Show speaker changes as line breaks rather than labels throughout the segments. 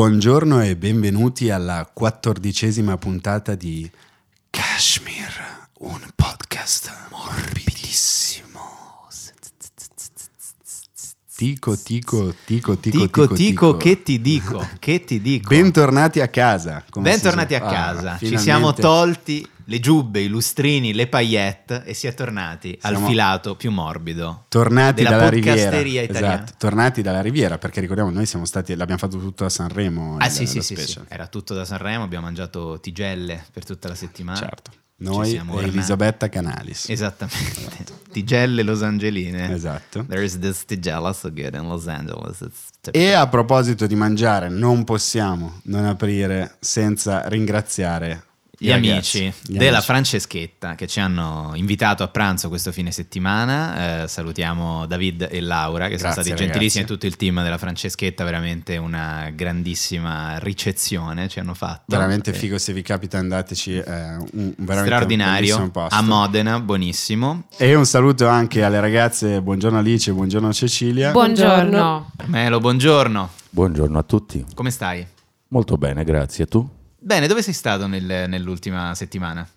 Buongiorno e benvenuti alla quattordicesima puntata di Kashmir, un podcast morbidissimo. Tico, tico, tico, tico,
Tico, tico, che ti dico, che ti dico.
Bentornati a casa. come si
Bentornati a
dice. Ah,
casa, ci
finalmente
siamo tolti le giubbe, i lustrini, le paillette e si è tornati al
Siamo-
filato più morbido.
Tornati
della
dalla riviera.
podcasteria italiana.
Esatto, tornati dalla riviera, perché ricordiamo noi siamo stati, l'abbiamo fatto tutto a Sanremo.
Ah
il-
sì, sì,
lo
sì, sì.
special.
era tutto da Sanremo, abbiamo mangiato tigelle per tutta la settimana.
Certo.
Ah, Ci
Noi
siamo
e
ornati.
Elisabetta Canalis.
Esattamente, tigelle losangeline.
Esatto.
There's this tigella so good in Los Angeles. It's
E a proposito di mangiare, non possiamo non aprire senza ringraziare i
gli
ragazzi,
amici
gli
della
amici.
Franceschetta che ci hanno invitato a pranzo questo fine settimana. Eh, salutiamo David e Laura che
Grazie,
sono stati
ragazzi.
gentilissimi e tutto il team della Franceschetta, veramente una grandissima ricezione ci hanno fatto.
Veramente
Eh,
figo se vi capita andateci, eh, un, un- veramente un
Straordinario
bellissimo posto.
a Modena, buonissimo.
E un saluto anche alle ragazze, buongiorno Alice, buongiorno Cecilia.
Buongiorno.
Carmelo, buongiorno.
Buongiorno a tutti.
Come stai?
Molto bene, grazie. Tu?
Bene, dove sei stato nel- nell'ultima settimana?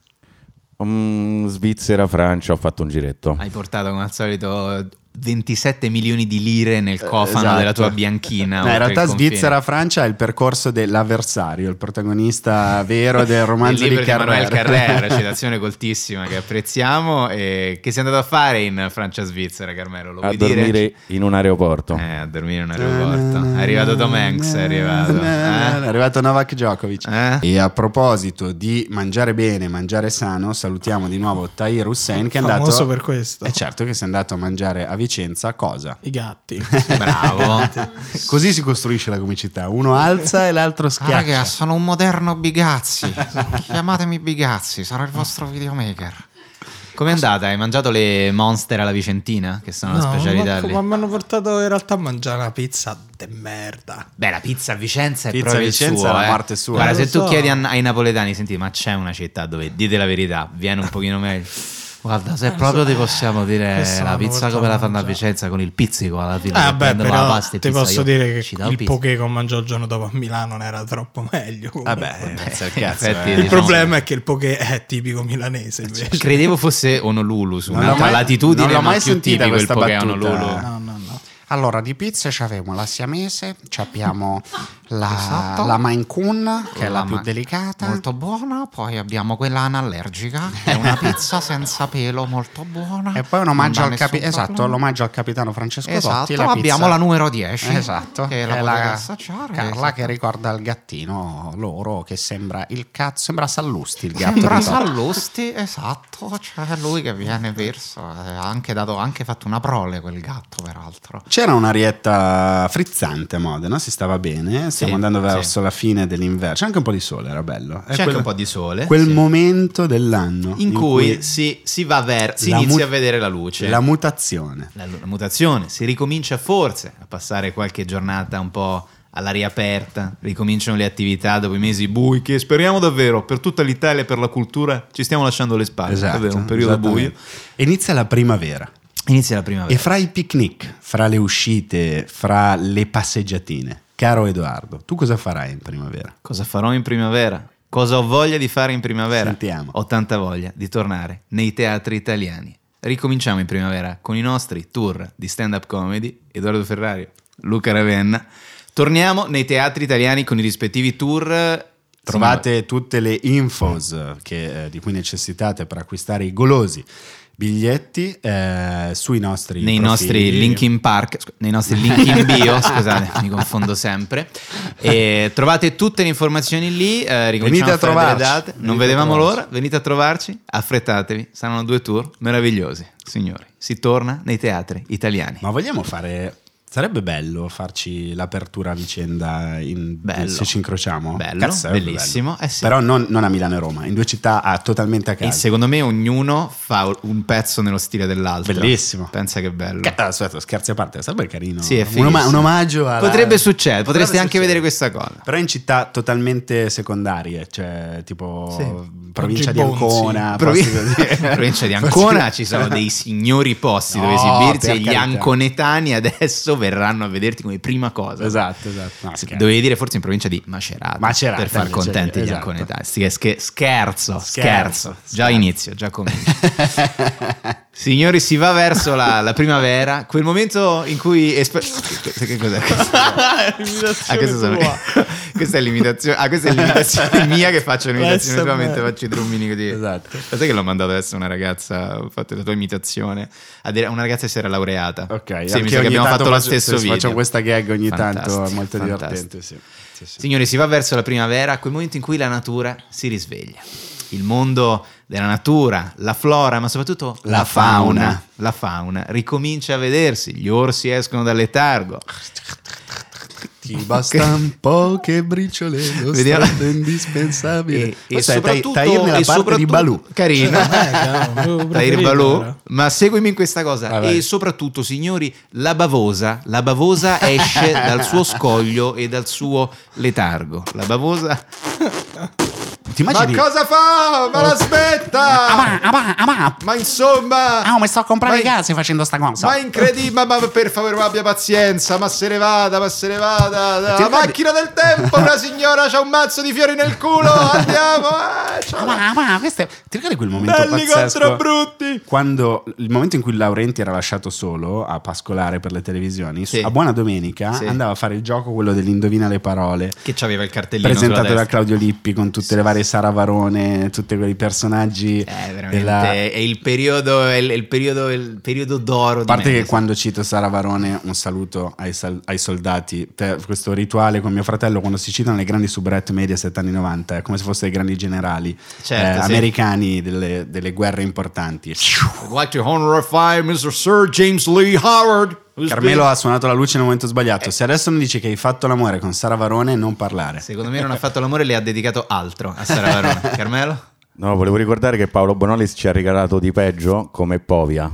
Mm, Svizzera, Francia, ho fatto un giretto.
Hai portato come al solito 27 milioni di lire nel
Eh,
cofano
esatto.
della tua bianchina.
No,
oltre
in
il
realtà
confine.
Svizzera-Francia è il percorso dell'avversario, il protagonista vero del romanzo
Il
di
libro Manuel
Carrera.
Carrera, citazione coltissima che apprezziamo e che sei andato a fare in Francia-Svizzera, Carmelo, lo
A
vuoi
dormire
dire?
in un aeroporto.
Eh, a dormire in un aeroporto. È arrivato Tom Hanks, è arrivato.
È
Eh?
arrivato Novak Djokovic.
Eh?
E a proposito di mangiare bene, mangiare sano, salutiamo di nuovo Tahir Hussein che è andato...
famoso per questo.
È certo che si è andato a mangiare a Vicenza cosa?
I gatti.
Bravo.
Così si costruisce la comicità, uno alza e l'altro schiaccia.
sono un moderno Bigazzi. Chiamatemi Bigazzi, sarò il vostro videomaker. Com'è andata? Hai mangiato le Monster alla Vicentina? Che sono la specialità
ma,
lì.
ma mi hanno portato in realtà a mangiare una pizza de merda.
Beh, la pizza a Vicenza è
Pizza a
proprio il
Vicenza
suo,
è la
eh.
parte sua.
Guarda,
Lo
se tu
so.
chiedi a- ai napoletani, senti, ma c'è una città dove, dite la verità, viene un pochino meglio. Guarda, se proprio ti possiamo dire
Questo
la
hanno
pizza
portato
come la
a
fanno a
mangiare.
Vicenza con il pizzico alla fine.
Eh,
Ah,
che
beh,
prendono
però
la pasta e
ti
pizza,
posso
io
dire che
ci dà un
il
pizzico.
poke che ho mangiato il giorno dopo a Milano non era troppo meglio. comunque.
Vabbè, grazie al
Eh,
cazzo.
effetti,
eh.
il
diciamo-
problema è che il poke è tipico milanese invece.
Credevo fosse Honolulu su
Non l'ho
un'altra
mai-
latitudine,
non l'ho
ma
mai
più
sentita
tipico il
questa
poke a
battuta.
Honolulu.
No, no, no.
Allora, di pizza ci abbiamo la siamese, ci abbiamo la,
Esatto.
la Maine Coon, che è la,
La
più
Ma-
delicata.
buona, poi abbiamo quella anallergica, che è una pizza senza pelo molto buona.
E poi un
Non
omaggio
dà
al,
nessun
capi- esatto,
problema.
l'omaggio al capitano Francesco Totti.
Esatto,
la
abbiamo
pizza-
la numero 10.
Esatto,
Che la
è
potete
la
assaggiare.
Carla
esatto.
che ricorda il gattino loro che sembra il cazzo, sembra Sallusti il gatto.
Sembra
di Totti.
Sallusti, esatto, c'è lui che viene verso, ha anche, dato, ha anche fatto una prole quel gatto peraltro.
C'era un'arietta frizzante a Modena, si stava bene, stiamo
Sì,
andando
sì.
verso la fine dell'inverno, c'è anche un po' di sole, era bello. È
C'è anche
quel-
un po' di sole.
Quel
sì.
momento dell'anno
in cui si, si va ver- si
la
inizia
mu-
a vedere la luce.
la mutazione.
la, la mutazione, si ricomincia forse a passare qualche giornata un po' all'aria aperta, ricominciano le attività dopo i mesi bui che speriamo davvero per tutta l'Italia e per la cultura ci stiamo lasciando le spalle, davvero, un periodo buio.
Esatto, esattamente. Inizia la primavera.
Inizia la primavera.
E fra i picnic, fra le uscite, fra le passeggiatine, caro Edoardo, tu cosa farai in primavera?
Cosa farò in primavera? Cosa ho voglia di fare in primavera?
Sentiamo.
Ho tanta voglia di tornare nei teatri italiani. Ricominciamo in primavera con i nostri tour di stand-up comedy, Edoardo Ferrario, Luca Ravenna. Torniamo nei teatri italiani con i rispettivi tour. Insomma,
Trovate tutte le infos che, eh, di cui necessitate per acquistare i golosi biglietti eh, sui nostri
nei
profili.
nostri link in park, scu- nei nostri link in bio, scusate, mi confondo sempre. E trovate tutte le informazioni lì, eh, ricominciamo
Venite a
a fare delle
trovarci,
date, non
venite a
vedevamo
trovarci.
l'ora, venite a trovarci, affrettatevi, saranno due tour meravigliosi, signori. Si torna nei teatri italiani.
Ma vogliamo fare... Sarebbe bello farci l'apertura a vicenda in-
Bello.
se ci incrociamo.
Bello,
sarebbe
bellissimo, eh sì.
Però non, non a Milano e Roma, in due città ah, totalmente a
E
caso.
secondo me ognuno fa un pezzo nello stile dell'altro.
Bellissimo.
Pensa che bello.
Ca- ah, aspetta, scherzi a parte, sarebbe carino.
Sì, è
un,
fighissimo.
oma- un omaggio alla-
Potrebbe succedere,
Potrebbe
potreste anche
succedere.
vedere questa cosa.
Però in città totalmente secondarie, cioè tipo provincia di
Oggi Bonzi.
Ancona,
Provi-
posti così.
Ah, provincia di Ancona ci sono dei signori posti dove
No,
esibirsi
per
e gli
carità.
anconetani adesso verranno a vederti come prima cosa.
Esatto, esatto. No,
Se-
scherzo.
Dovevi dire forse in provincia di Macerata,
Macerata,
per far
invece,
contenti gli
esatto.
anconetani. Sì, sche- scherzo, scherzo,
Scherzo,
Già
scherzo.
inizio, già comincio. Signori, si va verso la, la primavera, quel momento in cui... espe- che cos'è questo? Ah, questa, sono- questa è l'imitazione. Ah, questa è l'imitazione mia che faccio un'imitazione
Questa
tua
è
mentre
bella.
faccio i drummini così.
Esatto.
Lo sai che l'ho mandato adesso a una ragazza, ho fatto la tua imitazione, a dire- una ragazza che si era laureata.
Ok,
sì, mi
anche
sa che
ogni
abbiamo
tanto
fatto lo
faccio-
stesso video.
Faccio questa gag ogni tanto, è
Fantastico,
molto
fantastico.
divertente. Sì. Sì, sì.
Signori, si va verso la primavera, quel momento in cui la natura si risveglia. Il mondo della natura, la flora, ma soprattutto
La fauna.
La fauna ricomincia a vedersi, gli orsi escono dal letargo.
Ti bastan poche briciole, lo
Vediamo-
stato indispensabile.
E, e
Questa è Tai-
soprattutto,
Tahir nella parte
e
di
soprattutto-
Balù. Eh,
Carino. Tahir Balù, ma seguimi in questa cosa.
Vabbè.
E soprattutto, signori, la bavosa, la bavosa esce dal suo scoglio e dal suo letargo. La bavosa...
Ti immagini?
cosa fa? Ma l'aspetta!
Ah, ah, ah, ah, ah,
Ma insomma,
ah, mi sto a comprare
Ma-
i case facendo sta cosa.
ma è incredibile, ma, ma per favore, ma abbia pazienza, ma se ne vada, ma se ne vada.
Ti
La
ricordi-
macchina del tempo, una signora c'ha un mazzo di fiori nel culo, andiamo. ah,
Ah,
ciao.
ma, ah, ma, questo è- Ti ricordi quel momento
Belli
pazzesco?
contro brutti.
Quando il momento in cui Laurenti era lasciato solo a pascolare per le televisioni,
Sì.
a Buona Domenica
Sì.
andava a fare il gioco quello dell'indovina le parole.
Che c'aveva il cartellino
presentato da Claudio Lippi con tutte le varie Sara Varone, tutti quei personaggi
Eh, veramente,
della
è il periodo, è il, è il periodo, è il periodo d'oro.
A parte che quando cito Sara Varone, un saluto ai, sal- ai soldati per questo rituale con mio fratello, quando si citano le grandi subrette media 7 anni 90, è come se fossero i grandi generali eh,
Certo, sì.
americani delle, delle guerre importanti.
I'd like to honor Mr. Sir James Lee Howard. who's
Carmelo
been-
ha suonato la luce nel momento sbagliato.
Eh.
Se adesso mi dici che hai fatto l'amore con Sara Varone, non parlare.
Secondo me non ha fatto l'amore, le ha dedicato altro a Sara Varone. Carmelo?
No, volevo ricordare che Paolo Bonolis ci ha regalato di peggio come Povia.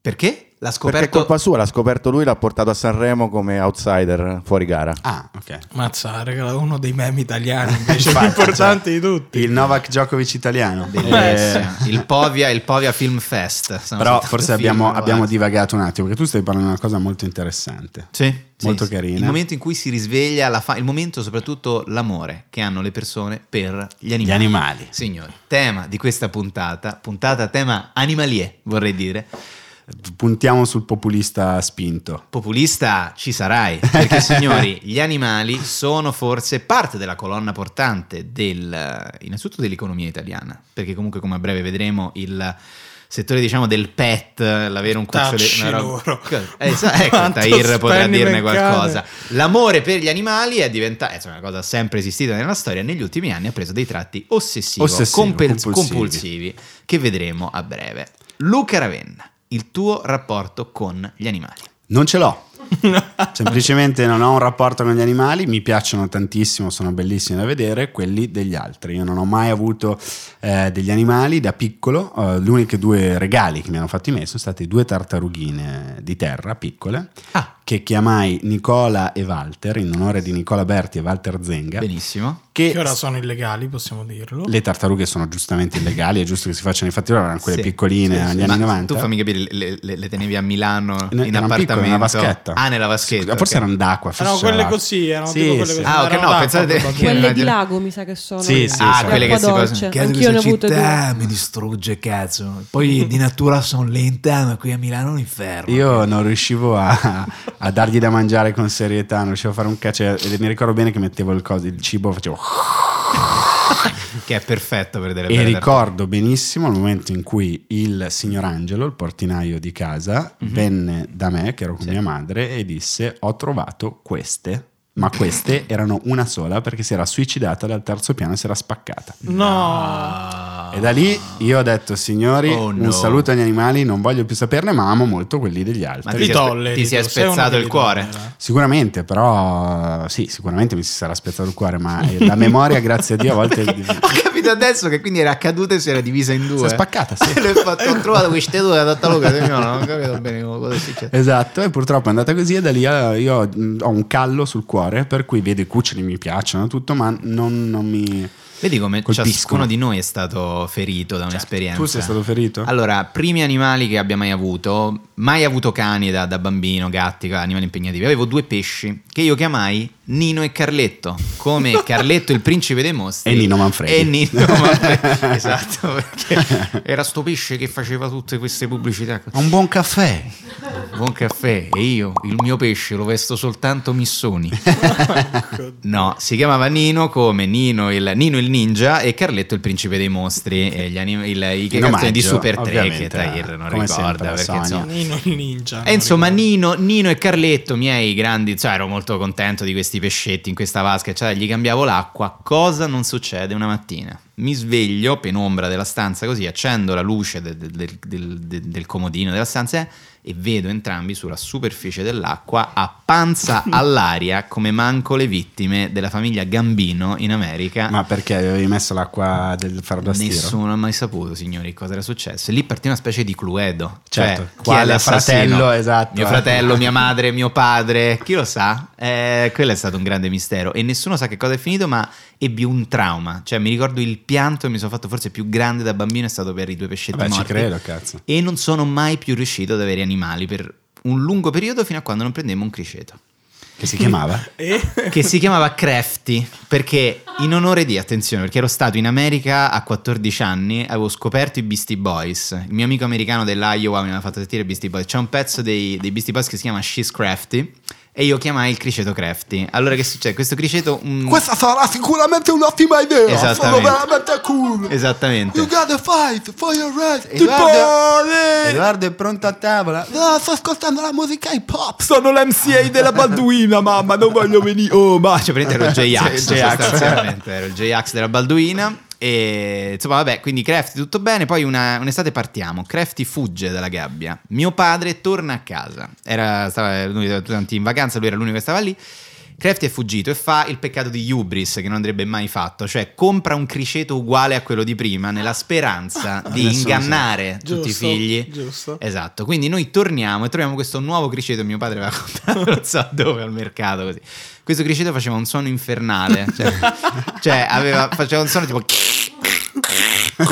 Perché? L'ha
Perché è
scoperto
colpa sua, l'ha scoperto lui, l'ha portato a Sanremo come outsider fuori gara.
Ah, ok.
Mazza, regala uno dei meme italiani invece più
Infatti,
importanti
cioè,
di tutti.
Il Novak Djokovic italiano. Eh,
Bellissimo. il Povia, il Povia Film Fest. Sono
Però
soltanto
forse
film
abbiamo,
nuovi.
abbiamo divagato un attimo, perché tu stai parlando di una cosa molto interessante.
Sì, sì,
molto
sì.
carina.
Il momento in cui si risveglia la fa- il momento soprattutto l'amore che hanno le persone per gli animali.
Gli animali.
Signori, tema di questa puntata, puntata tema animalier, vorrei dire.
Puntiamo sul populista spinto.
Populista ci sarai, perché signori, gli animali sono forse parte della colonna portante del, eh, innanzitutto dell'economia italiana, perché comunque come a breve vedremo il settore diciamo del pet, l'avere un cucciolo
Tacci
una roba-
loro.
Eh, sa- ecco,
Quanto
Tahir potrà
spenni
dirne
meccane.
qualcosa. L'amore per gli animali è diventata, è una cosa sempre esistita nella storia, negli ultimi anni ha preso dei tratti ossessivo,
Ossessivo,
compel-
compulsivi.
compulsivi, che vedremo a breve. Luca Ravenna, il tuo rapporto con gli animali.
Non ce l'ho. Semplicemente non ho un rapporto con gli animali, mi piacciono tantissimo, sono bellissimi da vedere, quelli degli altri. Io non ho mai avuto eh, degli animali da piccolo, eh, gli unici due regali che mi hanno fatto i miei sono state due tartarughine di terra piccole
Ah.
che chiamai Nicola e Walter in onore di Nicola Berti e Walter Zenga.
Benissimo.
Che
Che ora sono illegali, possiamo dirlo.
le tartarughe sono giustamente illegali, è giusto che si facciano i fatti loro, erano quelle
Sì,
piccoline
sì, sì.
agli
Ma
anni 90.
Tu fammi capire, le, le- le tenevi a Milano
Ne-
in
erano piccole,
appartamento?
nella vaschetta.
Ah, nella vaschetta.
Sì, Forse
ok.
erano d'acqua. forse
Ah, no, quelle
era-
così, erano
Sì,
tipo quelle
sì.
così.
Ah, ok,
erano
no,
d'acqua,
pensate
probabilmente.
che-
Quelle di
immagino-
lago mi sa che sono.
Sì, sì,
Ah,
sì.
quelle che si
Acqua
possono-
dolce. Anch'io ne ho avute due.
Eh, mi distrugge cazzo. Poi di natura sono lenta, ma qui a Milano è un inferno.
Ah, Io non riuscivo a, a dargli da mangiare con serietà, non riuscivo a fare un caccia. e Mi ricordo bene che mettevo il, coso- il cibo, facevo.
Che è perfetto per delle
E
belle
ricordo benissimo il momento in cui il signor Angelo, il portinaio di casa,
Mhm.
venne da me, che ero con mia madre, e disse: Ho trovato queste. Ma queste erano una sola perché si era suicidata dal terzo piano e si era spaccata.
No,
E da lì io ho detto, signori,
Oh, no.
un saluto agli animali, non voglio più saperne, ma amo molto quelli degli altri.
Ma
li
ti,
tolleri,
ti si è
tu, sei uno
spezzato
che
il
li
cuore.
tollera.
Sicuramente, però sì, sicuramente mi si sarà spezzato il cuore, ma eh, la memoria, grazie a Dio, a volte...
Ho capito,
capito adesso che quindi era caduta e si era divisa in due.
Si è spaccata, sì.
L'ho fatto, ho trovato queste due da Tattaluca, signora, non ho capito bene cosa si c'è.
Esatto, e purtroppo è andata così e da lì eh, io mh, ho un callo sul cuore, per cui vedo i cuccioli mi piacciono tutto, ma non, non mi...
Vedi come
Colpiscono.
ciascuno di noi è stato ferito da un'esperienza.
Certo. Tu sei stato ferito?
Allora, primi animali che abbia mai avuto, mai avuto cani da, da bambino, gatti, animali impegnativi. Avevo due pesci che io chiamai Nino e Carletto, come Carletto il principe dei mostri.
E Nino Manfredi.
E Nino Manfredi, esatto, perché era sto pesce che faceva tutte queste pubblicità.
Ho un buon caffè.
Buon caffè, e io il mio pesce lo vesto soltanto missoni. No, si chiamava Nino come Nino il, Nino il ninja e Carletto il principe dei mostri. E gli anim- il, I
In
cartoni
omaggio,
di Super 3 che
ovviamente,
Tahir non
come
ricorda.
sempre,
perché,
Sonia.
insomma-
Nino il ninja.
Ah,
e insomma Nino, Nino e Carletto, miei grandi, cioè ero molto contento di questi pescetti in questa vasca, cioè gli cambiavo l'acqua, cosa non succede una mattina? Mi sveglio, penombra della stanza così, accendo la luce de- de- del- del- de- del comodino della stanza eh, e vedo entrambi sulla superficie dell'acqua a panza all'aria come manco le vittime della famiglia Gambino in America
Ma perché avevi messo l'acqua del fardastiero?
Nessuno ha mai saputo, signori, cosa era successo. E lì partì una specie di cluedo.
Certo,
cioè, chi
quale
è l'assassino?
fratello, esatto.
Mio fratello, mia madre, mio padre, chi lo sa? Eh, quello è stato un grande mistero. E nessuno sa che cosa è finito, ma ebbi un trauma. Cioè, mi ricordo il pianto che mi sono fatto forse più grande da bambino è stato per i due pescetti
Vabbè, ci
morti.
credo, cazzo.
E non sono mai più riuscito ad avere animali per un lungo periodo fino a quando non prendemmo un criceto
Che si chiamava?
Eh,
che si chiamava Crafty perché in onore di attenzione perché ero stato in America a 14 anni avevo scoperto i Beastie Boys il mio amico americano dell'Iowa mi aveva fatto sentire i Beastie Boys c'è un pezzo dei, dei Beastie Boys che si chiama She's Crafty e io chiamai il criceto Crafty allora che succede? questo criceto mm,
Questa sarà sicuramente un'ottima idea. Sono
Esattamente.
veramente cool.
esattamente Esatto.
You gotta fight for your right to
Edoardo-
party.
Edoardo è pronto a tavola.
No, sto ascoltando la musica hip hop.
Sono l'MCA della Balduina, mamma, non voglio venire. Oh, ma
cioè praticamente ero il J-Ax
Sì, J-Ax.
sostanzialmente ero il J-Ax della Balduina e insomma vabbè quindi Crafty tutto bene poi una- un'estate partiamo Crafty fugge dalla gabbia mio padre torna a casa era stava lui era tutti in vacanza lui era l'unico che stava lì Crafty è fuggito e fa il peccato di Hubris che non andrebbe mai fatto, cioè compra un criceto uguale a quello di prima nella speranza
Ah,
Adesso
di
lo so.
ingannare tutti i
Giusto,
figli.
giusto.
Esatto, quindi noi torniamo e troviamo questo nuovo criceto. Mio padre aveva comprato non so dove al mercato. Così. Questo criceto faceva un suono infernale, cioè, cioè aveva- faceva un suono tipo.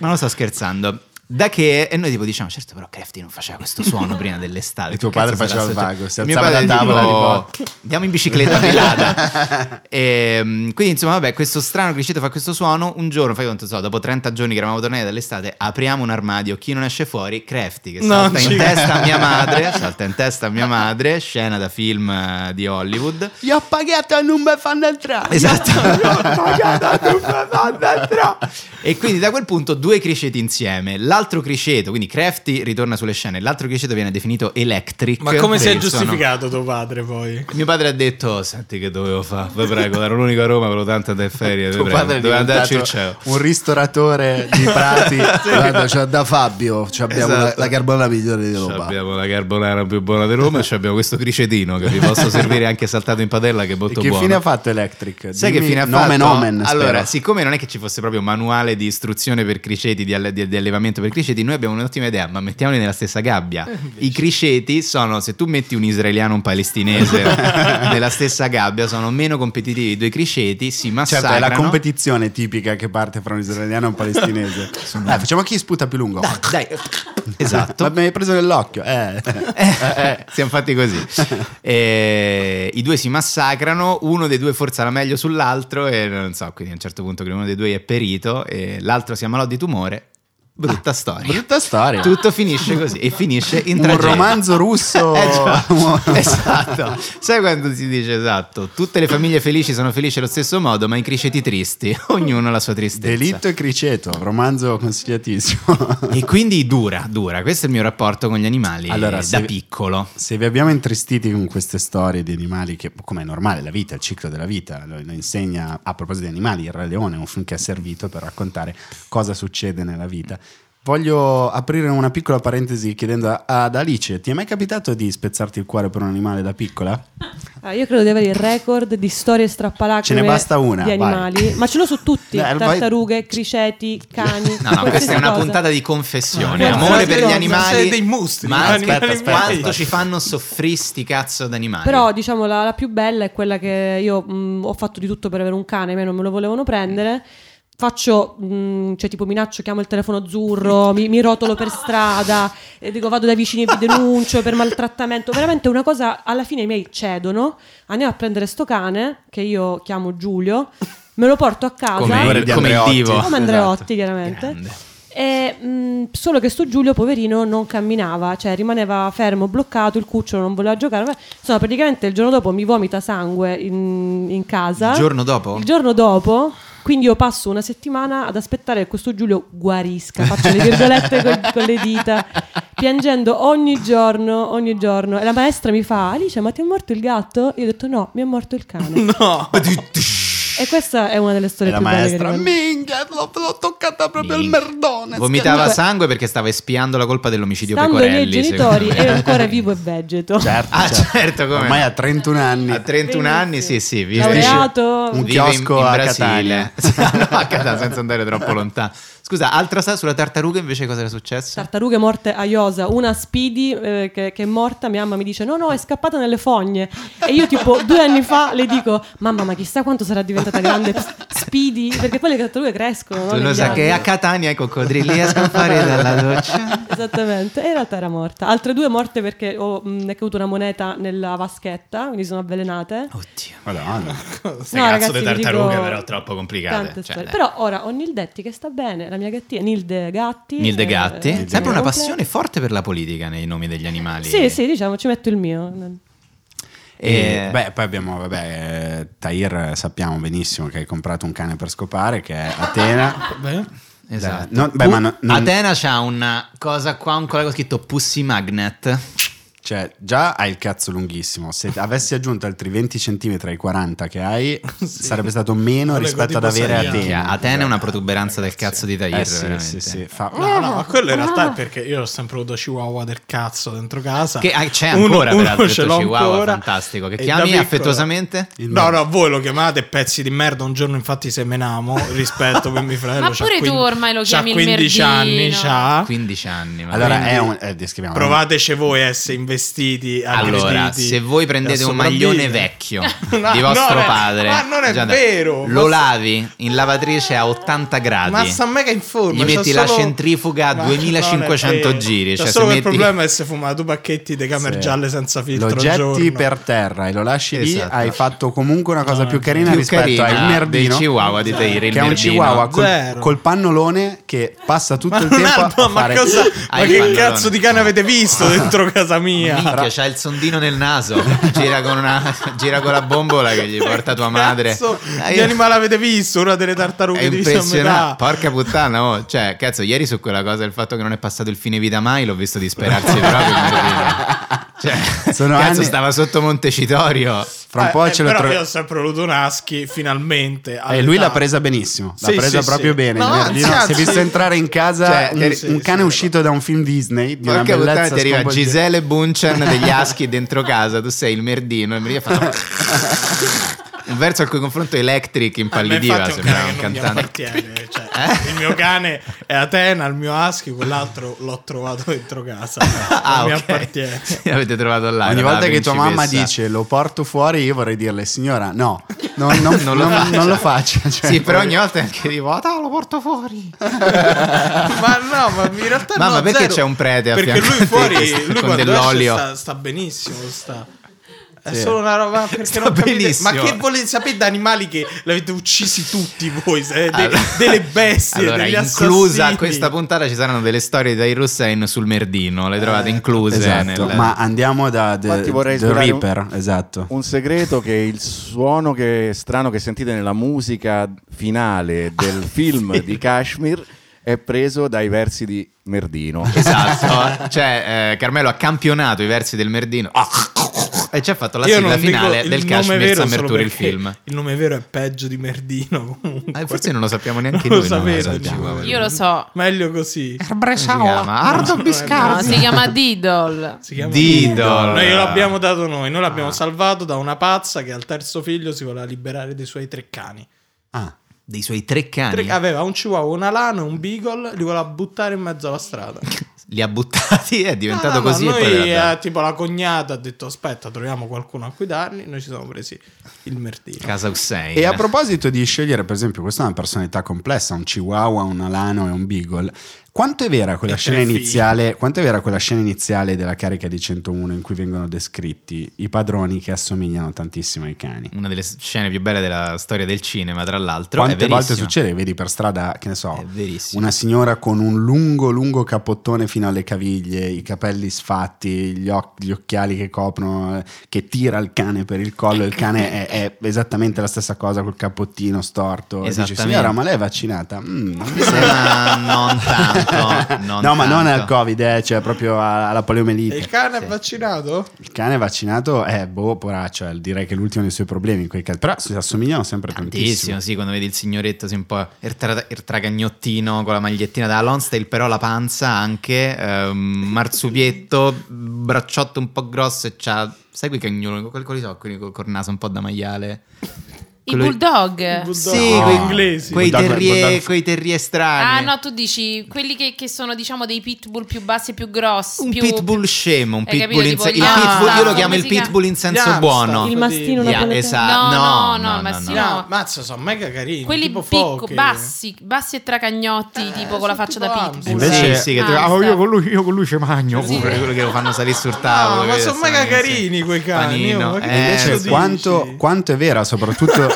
Ma non sto scherzando. Da che, e noi tipo diciamo, certo, però Crafty non faceva questo suono prima dell'estate.
E tuo
Che cazzo
padre
sarà
faceva il
successo?
vago, si
Mio
alzava
padre
da tavola,
tipo, andiamo in bicicletta a Vilada. Ehm, quindi insomma vabbè questo strano criceto fa questo suono un giorno fai conto so, dopo 30 giorni che eravamo tornati dall'estate apriamo un armadio chi non esce fuori Crafty che
No,
salta in
ci-
testa a mia madre salta in testa a mia madre scena da film eh, di Hollywood
Io ho pagato e non mi fanno entrare.
Esatto. e quindi da quel punto due criceti insieme. L'altro criceto, quindi Crafty ritorna sulle scene, l'altro criceto viene definito Electric.
Ma come si è
Perché sono-
giustificato tuo padre poi?
Mio padre ha detto: Senti, che dovevo fare? Vi prego, ero l'unico a Roma, avevo tanta del ferie. Vi
Tuo
prego,
padre è
dovevo andarci il
diventato
cielo.
un ristoratore di prati. Guarda, c'è da Fabio, ci abbiamo
Esatto.
la, la carbonara migliore di
Ci
Roma.
Abbiamo la carbonara più buona di Roma e ci abbiamo questo cricetino che vi posso servire anche saltato in padella, che è
E
molto
che
buono.
fine ha fatto Electric?
Sai
Dimmi
che fine ha
nomen
fatto?
Omen,
allora,
spero.
siccome non è che ci fosse proprio un manuale di istruzione per criceti, di, alle- di- di allevamento per criceti, noi abbiamo un'ottima idea, ma mettiamoli nella stessa gabbia.
Eh,
I criceti sono, se tu metti un israeliano e un palestinese nella stessa gabbia, sono meno competitivi i due criceti, si
Certo,
massacrano.
è la competizione tipica che parte fra un israeliano e un palestinese. Dai, facciamo chi sputa più lungo.
Dai, dai. Esatto.
Ma mi hai preso nell'occhio. Eh.
Eh, eh, siamo fatti così. Eh, I due si massacrano, uno dei due forza la meglio sull'altro e non so, quindi a un certo punto che uno dei due è perito e l'altro si ammalò di tumore. Brutta
Ah,
storia.
Brutta storia.
Tutto finisce così e finisce in
un
tragedia.
romanzo russo.
Eh, già. esatto. Sai quando si dice esatto? Tutte le famiglie felici sono felici allo stesso modo, ma i criceti tristi, ognuno ha la sua tristezza.
Delitto e criceto, romanzo consigliatissimo.
E quindi dura, dura. Questo è il mio rapporto con gli animali
Allora,
da
se-
piccolo.
Se vi abbiamo intristiti con queste storie di animali, che come è normale, la vita, il ciclo della vita, lo, lo insegna a proposito di animali, il Re Leone è un film che è servito per raccontare cosa succede nella vita. Voglio aprire una piccola parentesi chiedendo a- ad Alice, ti è mai capitato di spezzarti il cuore per un animale da piccola?
Ah, io credo di avere il record di storie strappalacrime
Ce ne basta una,
di
vai.
animali, ma ce l'ho su tutti:
Dai, vai.
tartarughe, criceti, cani.
Eh, No, no, questa è una puntata di confessione. Amore per gli
Forse Ah, sei
animali.
dei mostri,
Ma
gli
aspetta,
animali
aspetta,
mostri.
quanto ci fanno soffrire sti cazzo d'animali.
Però diciamo la, la più bella è quella che io mh, ho fatto di tutto per avere un cane, a me non me lo volevano prendere. Faccio, mh, cioè tipo minaccio, chiamo il telefono azzurro, mi, mi rotolo per strada, e dico vado dai vicini e vi denuncio per maltrattamento. Veramente una cosa, alla fine i miei cedono, andiamo a prendere sto cane, che io chiamo Giulio, me lo porto a casa.
come,
Allora
il,
di
come il
Andreotti.
divo.
Come Andreotti, chiaramente.
Grande.
E, mh, solo che sto Giulio, poverino, non camminava, cioè rimaneva fermo, bloccato, il cucciolo non voleva giocare. ma- Insomma, praticamente il giorno dopo mi vomita sangue in, in casa.
Il giorno dopo?
Il giorno dopo, Quindi io passo una settimana ad aspettare che questo Giulio guarisca, faccio le virgolette col- con, le dita, piangendo ogni giorno, ogni giorno. E la maestra mi fa, Alice, ma ti è morto il gatto? Io ho detto no, mi è morto il cane.
No,
E questa è una delle
E
storie
la
più belle che
maestra,
ricordo.
minchia, l'ho, l'ho toccata proprio il
Minchia.
merdone.
Vomitava
Comunque-
sangue perché stava espiando la colpa dell'omicidio
Stando ai miei
Pecorelli.
genitori
secondo me.
è ancora vivo e vegeto.
Certo,
Ah, certo, come?
Ormai a 31 anni.
A 31 anni, sì, sì. vive-
Laureato.
Un
vive in-
chiosco
in
a
Brasile. no, a Catania, senza andare troppo lontano. Scusa, altra sa sulla tartaruga invece cosa era successo?
Tartarughe morte a Iosa, una Speedy eh, che, che è morta, mia mamma mi dice no no è scappata nelle fogne e io tipo due anni fa le dico mamma ma chissà quanto sarà diventata grande P- Speedy perché poi le tartarughe crescono. no,
Tu lo
negli
sai
anni.
che a Catania i coccodrilli escono fuori dalla doccia.
Esattamente, e in realtà era morta. Altre due morte perché ho, mh, è caduta una moneta nella vaschetta, quindi sono avvelenate.
Oddio.
Madonna.
Queste
No,
cazzo
ragazzi,
di
vi
tartarughe
dico
però troppo complicate.
Tante
Cioè,
storie.
dai.
Però ora ho Nildetti che sta bene, la mia gattina Nilde Gatti.
Nilde
eh,
Gatti,
eh,
sempre una
completo.
passione forte per la politica nei nomi degli animali.
Sì, sì, diciamo, ci metto il mio.
E-
Beh, poi abbiamo, vabbè, eh, Tahir eh, sappiamo benissimo che hai comprato un cane per scopare, che è Atena.
Beh,
esatto.
No, beh, ma no- non-
Atena c'ha una cosa qua, un collega scritto Pussy Magnet.
Cioè, già hai il cazzo lunghissimo. Se avessi aggiunto altri 20 cm ai 40 che hai, sarebbe stato meno
Collego
rispetto ad
tipo
avere
Saria.
Atena.
Cioè,
Esatto.
Atena, Atena è una protuberanza del cazzo di Tahir,
Eh, sì,
veramente.
sì, sì, fa-
Ah.
no, no, ma quello in realtà è perché io ho sempre avuto Chihuahua del cazzo dentro casa.
Che ah, c'è
Uno-
ancora,
uno
peraltro,
ce
il tuo
l'ho
Chihuahua,
ancora.
fantastico, che
E da
chiami
piccola-
affettuosamente?
Il
No,
nonno.
no, voi lo chiamate pezzi di merda. Un giorno, infatti, semenamo rispetto per mio fratello.
Ma
c'ha
pure tu
quin-
ormai lo
c'ha
chiami il
15 anni.
merdino.
C'ha.
15 anni. ma-
Allora,
Quindi-
è un... eh, descriviamo.
Provateci voi a essere investiti.
Allora,
aggrediti
se voi prendete
da
un maglione
sopravvivere.
vecchio
No,
di vostro
non è-
padre,
ma non è
già da-
vero,
lo
ma-
lavi in lavatrice a 80 gradi.
Ma sta mega in forma.
Gli
c'ha
metti la
solo-
centrifuga a
Ma
2500
non è vero.
giri,
C'ha
cioè, se
solo che
metti-
il problema è se fuma due pacchetti di camer
Sì.
gialle senza filtro.
Lo
al
getti
giorno.
per terra e lo lasci
Esatto.
lì, hai fatto comunque una cosa più carina
Più
rispetto
carina
al
del
nerdino.
chihuahua di Tahir, il
che è un
nerdino.
chihuahua col,
Zero.
col pannolone che passa tutto
Ma,
il
non
tempo
ha-
a
ma
fare
cosa- ma
Hai
che
pallone.
cazzo di cane avete visto dentro casa mia?
Minchia, c'ha il sondino nel naso, gira con, una, gira con la bombola che gli porta tua madre.
Eh, Cazzo,
Dai,
Gli animali avete visto? Una delle
È
tartarughe di
impressionante,
metà. Eh,
porca puttana, oh. cioè, cazzo, ieri su quella cosa del fatto che non è passato il fine vita mai, l'ho visto disperarsi proprio. Cioè,
Sono
cazzo,
anni-
stava sotto Montecitorio.
Fra un po' ce lo
Eh, però
troviamo.
io ho sempre voluto un husky, finalmente.
E
Eh,
all'età.
lui l'ha presa benissimo, l'ha
Sì,
presa
sì,
proprio
sì.
bene.
No,
il nerdino.
anzi,
si è visto
anzi.
entrare in casa
Cioè,
un,
ieri-
sì,
un
sì,
cane
sì.
uscito da un film Disney di una
Porca puttana,
bellezza
ti arriva
sconvolgente.
Gisele Bunchen degli Aschi dentro casa, tu sei il merdino, il merdino ha fatto... Un verso al cui confronto Electric
A me
impallidiva,
infatti è un
sembrava
cane
Eh, un
che non mi
cantante. Eh?
appartiene, cioè, Il mio cane è Atena, il mio husky, quell'altro l'ho trovato dentro casa.
Ah,
non mi
ok.
appartiene.
Sì, L'avete trovato là.
Ogni
era la
volta che tua mamma
principessa.
dice lo porto fuori, io vorrei dirle, signora, no, non, non-
Non lo
non-
faccia."
non lo faccia. cioè,
sì, però
poi-
ogni volta è anche tipo, ah, lo porto fuori.
ma no, ma in realtà
Mamma,
no,
perché
zero.
c'è un prete a
Perché
fianco a te
lui
che
fuori
sta-
lui
con
quando esce
dell'olio?
sta, sta benissimo, sta. È
Sì.
solo una roba perché
Sta
non capite-
benissimo.
Ma che volete sapere da animali che l'avete uccisi tutti voi? se- de-
Allora-
delle bestie,
Allora,
degli
inclusa
assassini.
questa puntata ci saranno delle storie dai Hussein sul Merdino, le trovate incluse
Esatto,
nel-
ma andiamo da The,
Infatti vorrei
The
svelare un-
Reaper, esatto.
Un segreto che il suono che- strano che sentite nella musica finale
Ah,
del film di Kashmir è preso dai versi di Merdino.
Esatto, cioè eh, Carmelo ha campionato i versi del Merdino. Hai già fatto la
Io
sigla
non dico
finale
il
del
nome
Kashmir
vero
Summer
solo
Tour il
perché
film.
Il nome vero è peggio di Merdino. Comunque.
Ah, forse non lo sappiamo neanche
Non
noi, no?
Lo sapete,
Esatto,
giuro.
vabbè.
Io lo so.
Meglio così.
Si chiama Ardo Biscardi.
No, si chiama Didol.
Si chiama
Diddle.
Noi glielo
Ah.
abbiamo dato noi. Noi l'abbiamo salvato da una pazza che al terzo figlio si voleva liberare dei suoi tre cani.
Ah,
Dei suoi tre cani.
Tre- aveva un chihuahua, una lana e un beagle. Li voleva buttare in mezzo alla strada.
Li ha buttati, è diventato
No, no, no,
così. e poi
noi,
li ha dati.
eh, tipo la cognata ha detto aspetta troviamo qualcuno a guidarli noi ci siamo presi il merdino
Casa Hussein.
E a proposito di scegliere, per esempio, questa è una personalità complessa, un chihuahua, un alano e un beagle. Quanto è vera quella
E
scena
tre figli.
iniziale? Quanto è vera quella scena iniziale della carica di 101 in cui vengono descritti i padroni che assomigliano tantissimo ai cani?
Una delle scene più belle della storia del cinema, tra l'altro. è
Quante volte
verissimo.
succede? Vedi per strada, che ne
È
so,
verissimo.
una signora con un lungo, lungo cappottone fino alle caviglie, i capelli sfatti, gli, oc- gli occhiali che coprono, eh, che tira il cane per il collo. Il cane è, è esattamente la stessa cosa col cappottino storto. E dici,
Esattamente.
signora, ma lei è vaccinata? Mm, non mi
sembra non tanto, non
no, ma non
tanto.
al covid, eh, cioè proprio a- alla
e il
poliomelite.
cane è vaccinato?
Il cane vaccinato è boh, poraccio, è- direi che è l'ultimo dei suoi problemi in quei casi. Però si assomigliano sempre tantissimo.
Tantissimo, sì, quando vedi il signoretto sì, un po' il, tra- il tragagnottino con la magliettina da Lonsdale, però la panza anche, ehm, marsupietto, bracciotto un po' grosso e c'ha, sai quei cagnoloni, quel quali so, quelli col col naso un po' da maiale?
I
Quello-
Eh,
bulldog.
Sì,
Ah,
No.
quei
inglesi.
Quei
Bulldog-
terrier,
bulldog-
quei terrier
Ah,
strani.
no, tu dici quelli che, che sono, diciamo, dei pitbull più bassi e più grossi.
Un
più-
pitbull scemo, un
Hai capito,
pitbull in
tipo
sen-
gli
il
hamster,
pitbull- io lo
come
chiamo il
si chiama?
pitbull in senso
Gli
buono.
hamster.
Il mastino
Una
Yeah,
napoletano.
esatto.
No,
No,
no, no, ma sì, no.
No, mazza, sono mega carini.
Quelli
tipo
picco,
foche.
bassi, bassi e tracagnotti, tipo con
sono
la faccia
tipo
da
hamster.
pitbull.
Invece-
sì, sì, che
Ah,
tu- ah,
sta-
io con lui, io con lui ci magno
Sì.
pure quello che lo fanno salire sul tavolo.
No, ma
capito?
sono mega
Stanno-
carini quei cani.
Panino.
oh, ma che
Eh,
cazzo
Invece,
dici?
Cioè, quanto, quanto è vera, soprattutto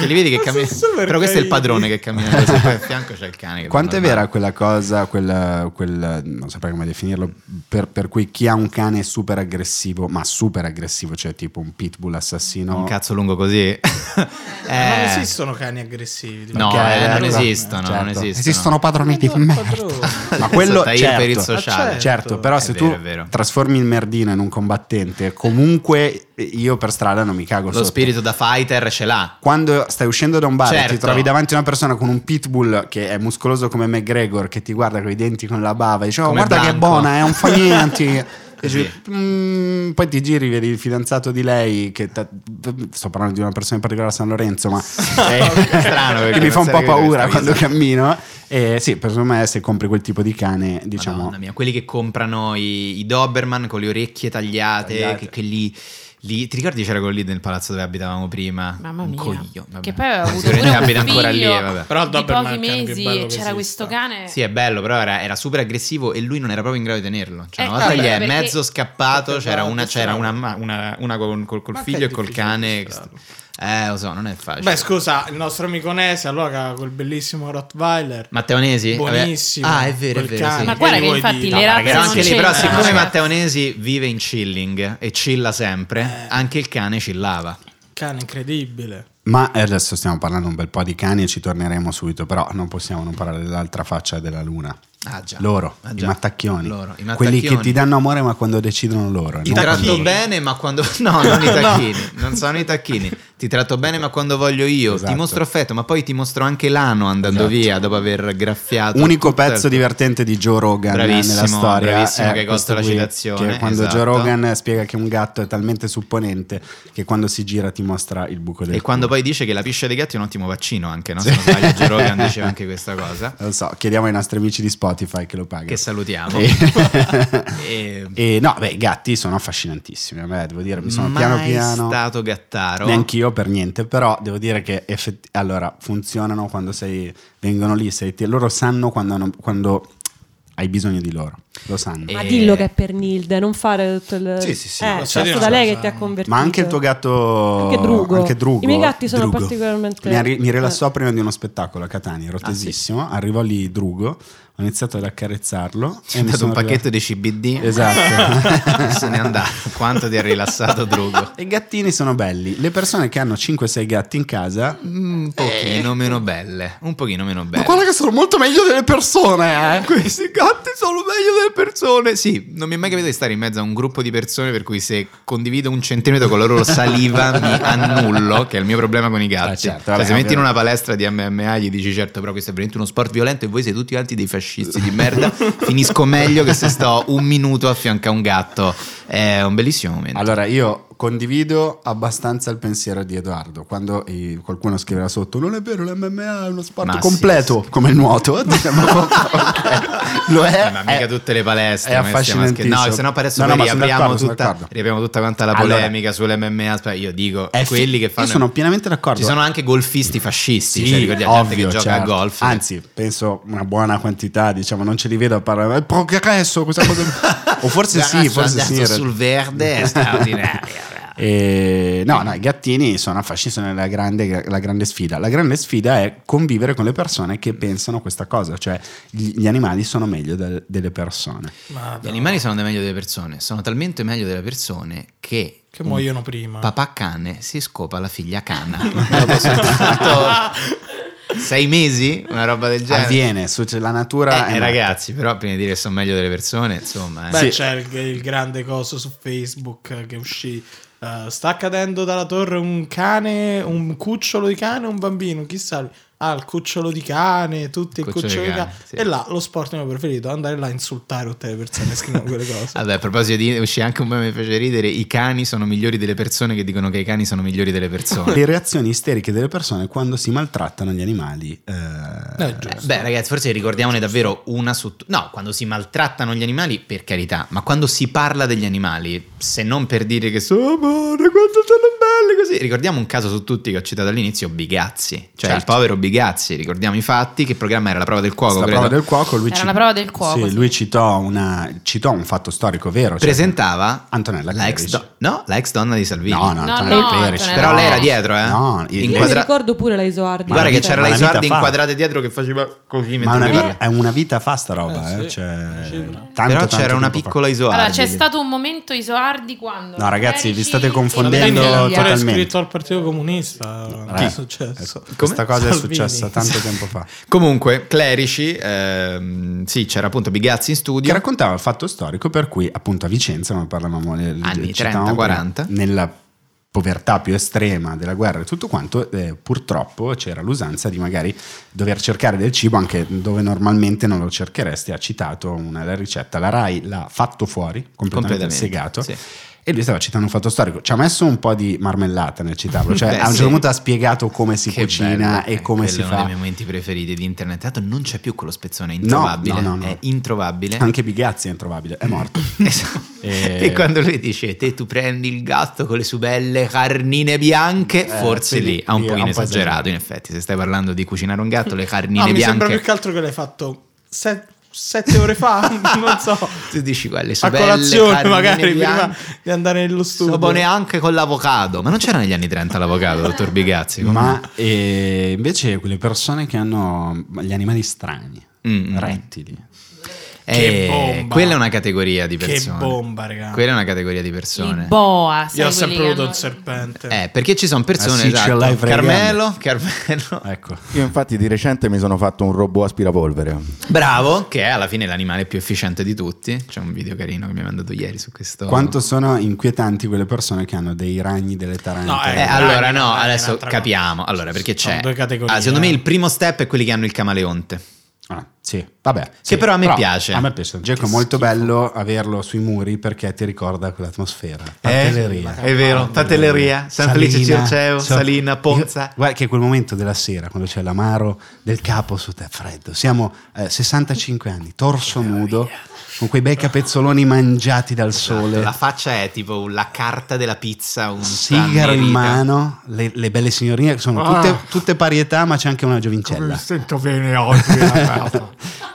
Che li vedi che
Ma
cammina.
sono super
Però questo è il
carini.
padrone che cammina così. Poi a fianco c'è il cane. che
Quanto è
torna
vera
al
quella cosa, quel, quel- non saprei come definirlo, per, per cui chi ha un cane super aggressivo, ma super aggressivo, cioè tipo un pitbull
bar.
assassino,
Un cazzo lungo così.
Ma
Eh,
non esistono cani aggressivi. tipo.
No,
Ok,
eh,
ecco.
non esistono, non
Certo.
esistono.
Esistono padroni di
Ma no,
merda.
padrone.
Ma quello
Sottaieri per il
certo,
sociale.
Ah,
certo, però
È
se
vero,
tu
è vero.
trasformi il merdino in un combattente, comunque io per strada non mi cago
Lo
sotto.
spirito da fighter ce l'ha.
Quando stai uscendo da un bar e ti
Certo.
trovi davanti una persona con un pitbull che è muscoloso come McGregor, che ti guarda con i denti con la bava e dice: "Oh,
Come
Guarda che
Blanco."
buona, è un fa niente. E
Così.
dici, "Mm", poi ti giri, vedi il fidanzato di lei. Che ta- sto parlando di una persona in particolare a San Lorenzo, ma eh,
È strano perché
che mi fa
non
un po'
sai che
paura
questa
quando
cosa.
cammino. E sì, per me, se compri quel tipo di cane, diciamo,
Madonna mia, quelli che comprano i, i Doberman con le orecchie tagliate,
Tagliate.
Che, che li, li- Ti ricordi c'era quello lì nel palazzo dove abitavamo prima?
Mamma
Un
mia.
coglio, vabbè.
Che poi aveva avuto
Sicuramente
pure un
abita ancora lì,
figlio.
eh, vabbè.
Però il
di
Doberman è
pochi
il cane più
mesi
bello che
c'era
esista.
questo cane.
Sì, è bello, però era, era super aggressivo e lui non era proprio in grado di tenerlo. Cioè, una
Eh,
volta
vabbè,
gli è
perché-
mezzo scappato,
Perché
c'era
va,
una,
che
c'era
strano.
una, ma- una- una con- col, col
Ma che
figlio e col
difficile
cane.
mostrarlo.
Eh, lo so, non è facile.
Beh, scusa, il nostro amico Nese, allora che aveva quel bellissimo Rottweiler.
Matteo Nesi? Vabbè.
Buonissimo.
Ah, è vero, è
Quel
vero. sì.
cane.
Ma guarda
Che
che
vuoi
infatti
dire?
le
No,
razze
Però
ragazzi,
non
anche lì, però,
c'entrano,
siccome
cioè.
Matteo Nesi vive in chilling e chilla
Eh.
sempre, anche il cane chillava.
Cane incredibile.
Ma adesso stiamo parlando un bel po' di cani e ci torneremo subito, però non possiamo non parlare dell'altra faccia della luna.
Ah, già.
Loro,
Ah,
i
già.
mattacchioni.
Loro, i
Quelli che
mattacchioni.
ti danno amore ma quando decidono loro.
Ti
non
tratto
quando-
bene, ma quando. No, non i tacchini. Non sono i tacchini. Ti tratto bene, ma quando voglio io.
Esatto.
Ti mostro affetto, ma poi ti mostro anche l'ano andando via dopo aver graffiato.
Unico
tutto il-
pezzo divertente di Joe Rogan
certo, Bravissimo,
nella storia.
bravissimo, che
questo
costa la
qui,
citazione,
Che quando
esatto.
Joe Rogan spiega che un gatto è talmente supponente che quando si gira ti mostra il buco del
E quando
culo.
poi dice che la piscia dei gatti è un ottimo vaccino, anche no? Se non sbaglio, Joe Rogan diceva anche questa cosa.
Lo so, chiediamo ai nostri amici di Spotify che lo pagano.
Che salutiamo. E-
E no, beh, i gatti sono affascinantissimi. Beh, devo dire, mi sono
Mai
piano piano.
stato gattaro.
Neanch'io per niente, però devo dire che effetti- allora, funzionano quando sei, vengono lì, sei te- loro sanno quando, hanno- quando hai bisogno di loro, lo sanno.
E-
Ma dillo che è per Nilde, non fare tutto il.
Sì, sì, sì,
Eh,
lo
so,
certo,
io
da
lo
lei
so.
che ti ha convertito.
Ma anche il tuo gatto,
Anche Drugo.
anche Drugo.
I miei gatti sono
Drugo.
particolarmente-
Mi, arri- mi rilassò
eh.
prima di uno spettacolo a Catania, ero tesissimo. Arrivò lì Drugo, ho iniziato ad accarezzarlo.
Ci ha dato un pacchetto di CBD.
Esatto.
Se n'è andato. Quanto ti ha rilassato, Drugo?
I gattini sono belli. Le persone che hanno 5-6 gatti in casa... Eh.
Un pochino meno belle. Un pochino meno belle.
Ma guarda che sono molto meglio delle persone, eh!
Questi gatti sono meglio delle persone. Sì, non mi è mai capitato di stare in mezzo a un gruppo di persone per cui se condivido un centimetro con la loro saliva mi annullo, che è il mio problema con i gatti.
Ah, certo,
Cioè,
vabbè,
se metti in
ovvio.
una palestra di MMA gli dici certo, però questo è veramente uno sport violento e voi siete tutti alti dei fascisti di merda, finisco meglio che se sto un minuto a fianco a un gatto. È un bellissimo momento.
Allora, io condivido abbastanza il pensiero di Edoardo. Quando eh, qualcuno scriverà sotto, non è vero, l'MMA è uno sport
Ma sì,
completo, come il nuoto. Diciamo, ok, Lo è.
ma mica
è-
tutte le palestre
è
ma stiamo
affascinantissimo.
scherzando. no se no per adesso
No, no,
poi
ma sono
riapriamo,
d'accordo, sono
tutta,
d'accordo.
riapriamo tutta quanta la
Allora-
polemica sull'MMA Aspetta, io dico
è fi-
quelli che fanno
Eh, Io sono pienamente d'accordo.
ci sono anche golfisti fascisti cioè, ricordiamo gente che
ovvio,
gioca a
certo.
golf
Anzi, penso una buona quantità, diciamo, non ce li vedo a parlare. Il progresso, questa cosa. o forse
Guarda,
sì,
sono
forse sì.
andato
in realtà.
sul verde è straordinario
E- Eh, no, no, i gattini sono affascinati, sono la grande, la grande sfida. La grande sfida è convivere con le persone che pensano questa cosa, cioè gli, gli animali sono meglio del- delle persone.
Ma
gli animali sono de- meglio delle persone sono talmente meglio delle persone che
che muoiono prima.
papà cane si scopa la figlia cana dopo soltanto sei mesi una roba del genere
Avviene, succe- la natura
Cioè, Eh,
è
ragazzi, però prima di dire che sono meglio delle persone, insomma, eh.
Beh,
Sì.
c'è il, il grande coso su Facebook eh, che uscì. eh, sta cadendo dalla torre un cane, un cucciolo di cane, un bambino, chissà. lui. Ah, il cucciolo di cane, tutti il
Cucciolo
cucciolo,
di
di
cane,
cane.
sì.
E là lo sport mio preferito, andare là a insultare tutte le persone che scrivono quelle cose.
Vabbè, a proposito di uscì anche un meme che mi fece ridere, i cani sono migliori delle persone che dicono che i cani sono migliori delle persone.
le reazioni isteriche delle persone quando si maltrattano gli animali. eh,
No, è giusto.
Beh, ragazzi, forse ricordiamone davvero una su t- No, quando si maltrattano gli animali, per carità, ma quando si parla degli animali, se non per dire che sono amore, quanto sono belli così. Ricordiamo un caso su tutti che ho citato all'inizio, Bigazzi. Cioè, il
Certo.
povero Bigazzi, ricordiamo i fatti, che programma era la prova del cuoco,
sta
credo.
prova del cuoco, lui,
Era la prova del cuoco,
sì,
sì.
lui citò, una- citò un fatto storico vero. cioè-
Presentava
Antonella
la ex,
Chierici.
do- no, la ex donna di Salvini.
No, no,
No,
Antonella
no,
Chierici,
Antonella
Però
no.
lei era dietro, eh?
No, io-
Io mi
Inquadra-
ricordo pure la Isoardi. Cioè,
Ma-
Guarda che
Sì.
c'era
Ma
la
una
Isoardi
vita fa.
inquadrata dietro che faceva così
Ma
mentre
una
parlava.
vi- è una vita fa sta roba,
Eh,
eh,
sì.
cioè,
Sì, no.
tanto,
Però
tanto
c'era una
tempo fa.
piccola Isoardi.
Allora, c'è stato un momento Isoardi quando...
No, ragazzi, vi state
Chierici-
confondendo
Sì,
Salvini è ancora
totalmente.
iscritto al Partito Comunista. Che è successo?
Ecco, questa cosa è
Salvini.
successa tanto tempo fa.
Comunque, Clerici, ehm, sì, c'era appunto Bigazzi in
Che
studio.
raccontava il fatto storico per cui appunto a Vicenza, ma parlavamo le- le-
Anni
citavamo
30,
prima,
40.
nella povertà più estrema della guerra e tutto quanto, eh, purtroppo c'era l'usanza di magari dover cercare del cibo anche dove normalmente non lo cercheresti. Ha citato una la ricetta, la Rai l'ha fatto fuori, completamente,
Completamente,
segato.
sì.
E lui stava citando un fatto storico, ci ha messo un po' di marmellata nel citarlo, cioè
Beh,
a un
sì.
certo punto ha spiegato come si
Che
cucina
bello,
e
eh,
come
quello
si
è
fa.
uno dei miei momenti preferiti di internet. Tanto non c'è più quello spezzone, è
no,
introvabile.
no, no.
È introvabile.
Anche Bigazzi è introvabile, è morto.
Esatto.
Eh.
E quando lui dice te tu prendi il gatto con le sue belle carnine bianche, forse
sì,
lì ha un
lì è
pochino
un po'
esagerato
esagerato.
in effetti, se stai parlando di cucinare un gatto, le carnine
Ah, mi
bianche.
sembra più che altro che l'hai fatto se- sette ore fa, non so.
Tu dici quelle sue
a
belle
colazione
carnine
magari prima
bianche.
di andare nello studio
So buone anche con l'avocado, ma non c'era negli anni 30 l'avocado, dottor Bigazzi. come-
Ma eh, invece quelle persone che hanno gli animali strani,
Mm, mm.
rettili,
Che
Eh,
bomba.
Quella è una categoria di
Che
persone.
bomba, raga.
Quella è una categoria di
I
persone.
boa, sai
io ho
quelli
sempre
che
voluto
hanno-
il serpente
eh, perché ci sono
Ah,
persone,
sì,
esatto.
ce l'hai fregando.
Carmelo, Carmelo,
ecco.
Io infatti di recente mi sono fatto un robot aspirapolvere.
bravo, che è alla fine l'animale più efficiente di tutti. C'è un video carino che mi ha mandato ieri su questo.
Quanto sono inquietanti quelle persone che hanno dei ragni, delle
No,
tarantole?
Eh,
Eh,
allora
dai,
no,
dai,
adesso
un'altra
capiamo.
cosa.
Allora, perché
Sono
c'è...
due categorie,
Ah, secondo me
eh.
il primo step è quelli che hanno il camaleonte.
Ah, sì, vabbè. sì,
però a me piace.
A me piace. un gioco è molto bello averlo sui muri perché ti ricorda quell'atmosfera.
Eh?
Patelleria.
è vero, Patelleria, San Felice
Salina,
Circeo,
so-
Salina, Ponza.
Io- guarda che quel momento della sera, quando c'è l'amaro del capo su te, freddo. Siamo eh, 65 anni, torso nudo, con quei bei capezzoloni mangiati dal sole.
La faccia è tipo la carta della pizza, un eh,
Sigaro in
pannerino.
mano, le, le belle
Ah.
signorine che sono tutte, tutte parietà, ma c'è anche una giovincella.
sento bene oggi.
Eh,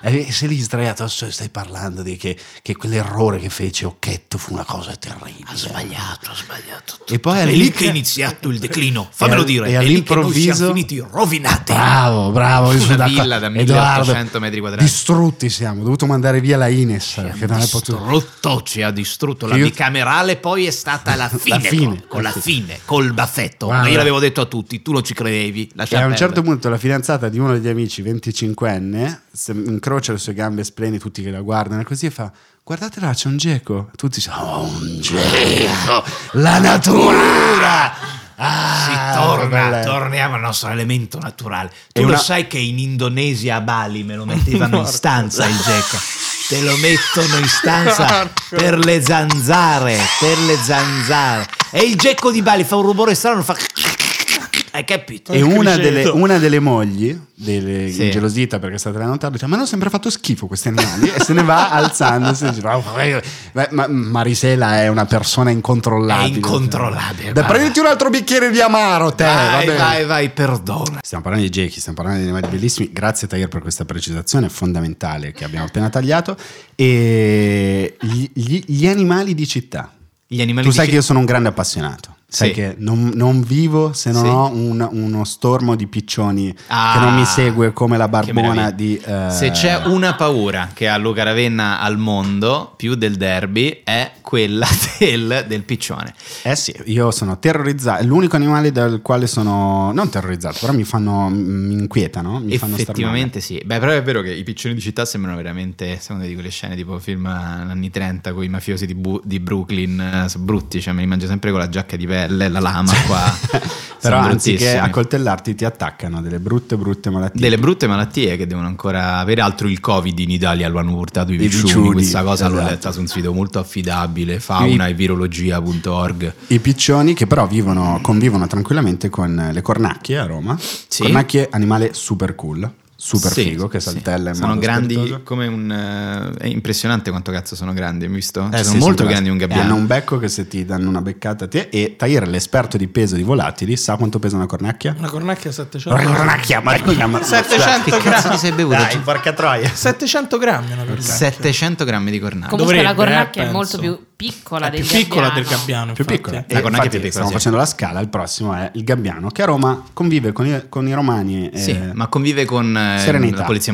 E se lì sdraiato adesso stai parlando di che, che quell'errore che fece Occhetto fu una cosa terribile. Ha sbagliato, ha sbagliato. E poi
È lì che è
all'inca-
iniziato il declino, fammelo
e-
dire. è
e
lì che noi
all'improvviso-
siamo finiti rovinati.
Ah,
Bravo, bravo. io
Una
sono d'accordo.
villa da
Edoardo,
1800 metri quadrati.
Distrutti siamo, ho dovuto mandare via la Ines che non è potuto.
Distrutto, ci ha distrutto la
Io-
bicamerale, poi è stata la fine,
fine,
con, con la
la
fine, col baffetto.
Guarda.
Io l'avevo detto a tutti, tu non ci credevi,
E
lascia
a un
perdere.
certo punto la fidanzata di uno degli amici, 25enne, se- incrocia le sue gambe splende, tutti che la guardano così e fa: Guardate là, c'è un geco. Tutti dicono: Oh, un geco! La natura!
Si
Ah,
torna,
bella.
torniamo al nostro elemento naturale. Tu
E
lo
una-
sai che in Indonesia a Bali me lo mettevano in stanza il geco. Te lo mettono in stanza per le zanzare, per le zanzare. E il gecko di Bali fa un rumore strano, fa... Hai capito?
E una
Criceto.
delle, una delle mogli, delle,
Sì.
ingelosita perché è stata la notata, dice: Ma hanno sempre fatto schifo questi animali. e se ne va alzandosi. e dice, "Ma- ma- ma- Marisela è una persona incontrollabile.
È incontrollabile,
Dai,
guarda.
prenditi un altro bicchiere di amaro, te.
Vai,
vabbè.
vai, vai, perdona.
Stiamo parlando di Jackie, stiamo parlando di animali bellissimi. Grazie, Tahir, per questa precisazione fondamentale che abbiamo appena tagliato. E gli, gli- gli animali di città.
Gli animali
tu sai
di
che io sono un grande appassionato. Sai
Sì.
che non, non vivo se non
Sì.
ho un- uno stormo di piccioni
Ah,
che non mi segue come la
che meraviglia.
barbona di. eh,
Se c'è una paura che ha Luca Ravenna al mondo, più del derby, è quella del, del piccione.
Eh sì, io sono terrorizzato. È l'unico animale dal quale sono. Non terrorizzato, però mi fanno. mi inquietano. Mi fanno star male.
Effettivamente sì. Beh, però è vero che i piccioni di città sembrano veramente, secondo me, di quelle scene tipo film eh, anni 30 con i mafiosi di, Bu- di Brooklyn, eh, sono brutti, cioè me li mangio sempre con la giacca di pelle, la lama qua.
Cioè, Però
Sono
anziché
bruttissimi.
accoltellarti, ti attaccano delle brutte, brutte malattie.
delle brutte malattie che devono ancora avere altro il covid in Italia lo hanno urtato i
I
piccioni
piccioni,
questa cosa l'ho
esatto.
letta su un sito molto affidabile fauna e virologia.org
I piccioni che però vivono, convivono tranquillamente con le cornacchie a Roma.
Sì.
Cornacchie, animale super cool, super
Sì,
figo, che
sì.
saltella in
sono
modo
grandi
spiritoso.
come un eh, è impressionante quanto cazzo sono grandi hai visto?
Eh
Cioè,
sì,
sono molto
sono
grandi un
E
gabbiano
Hanno un becco che se ti danno una beccata a te. E Tahir, l'esperto di peso di volatili, sa quanto pesa una cornacchia?
Una cornacchia 700
Una cornacchia, ma ma-
700 grammi.
sei bevuto?
Dai, porca troia.
700 grammi una cornacchia.
700 grammi di cornacchia
Comunque la
Dovrebbe,
cornacchia
eh,
è molto
penso.
più piccola
È
del
Eh, più piccola del
gabbiano.
gabbiano.
più
infatti. Eh,
piccola.
La
E
cornacchia è
infatti
piccola,
stiamo
sì.
facendo la scala, il prossimo è il gabbiano, che a Roma convive con i, con i romani. eh, e-
Sì, ma convive con eh,
Serenità.
la polizia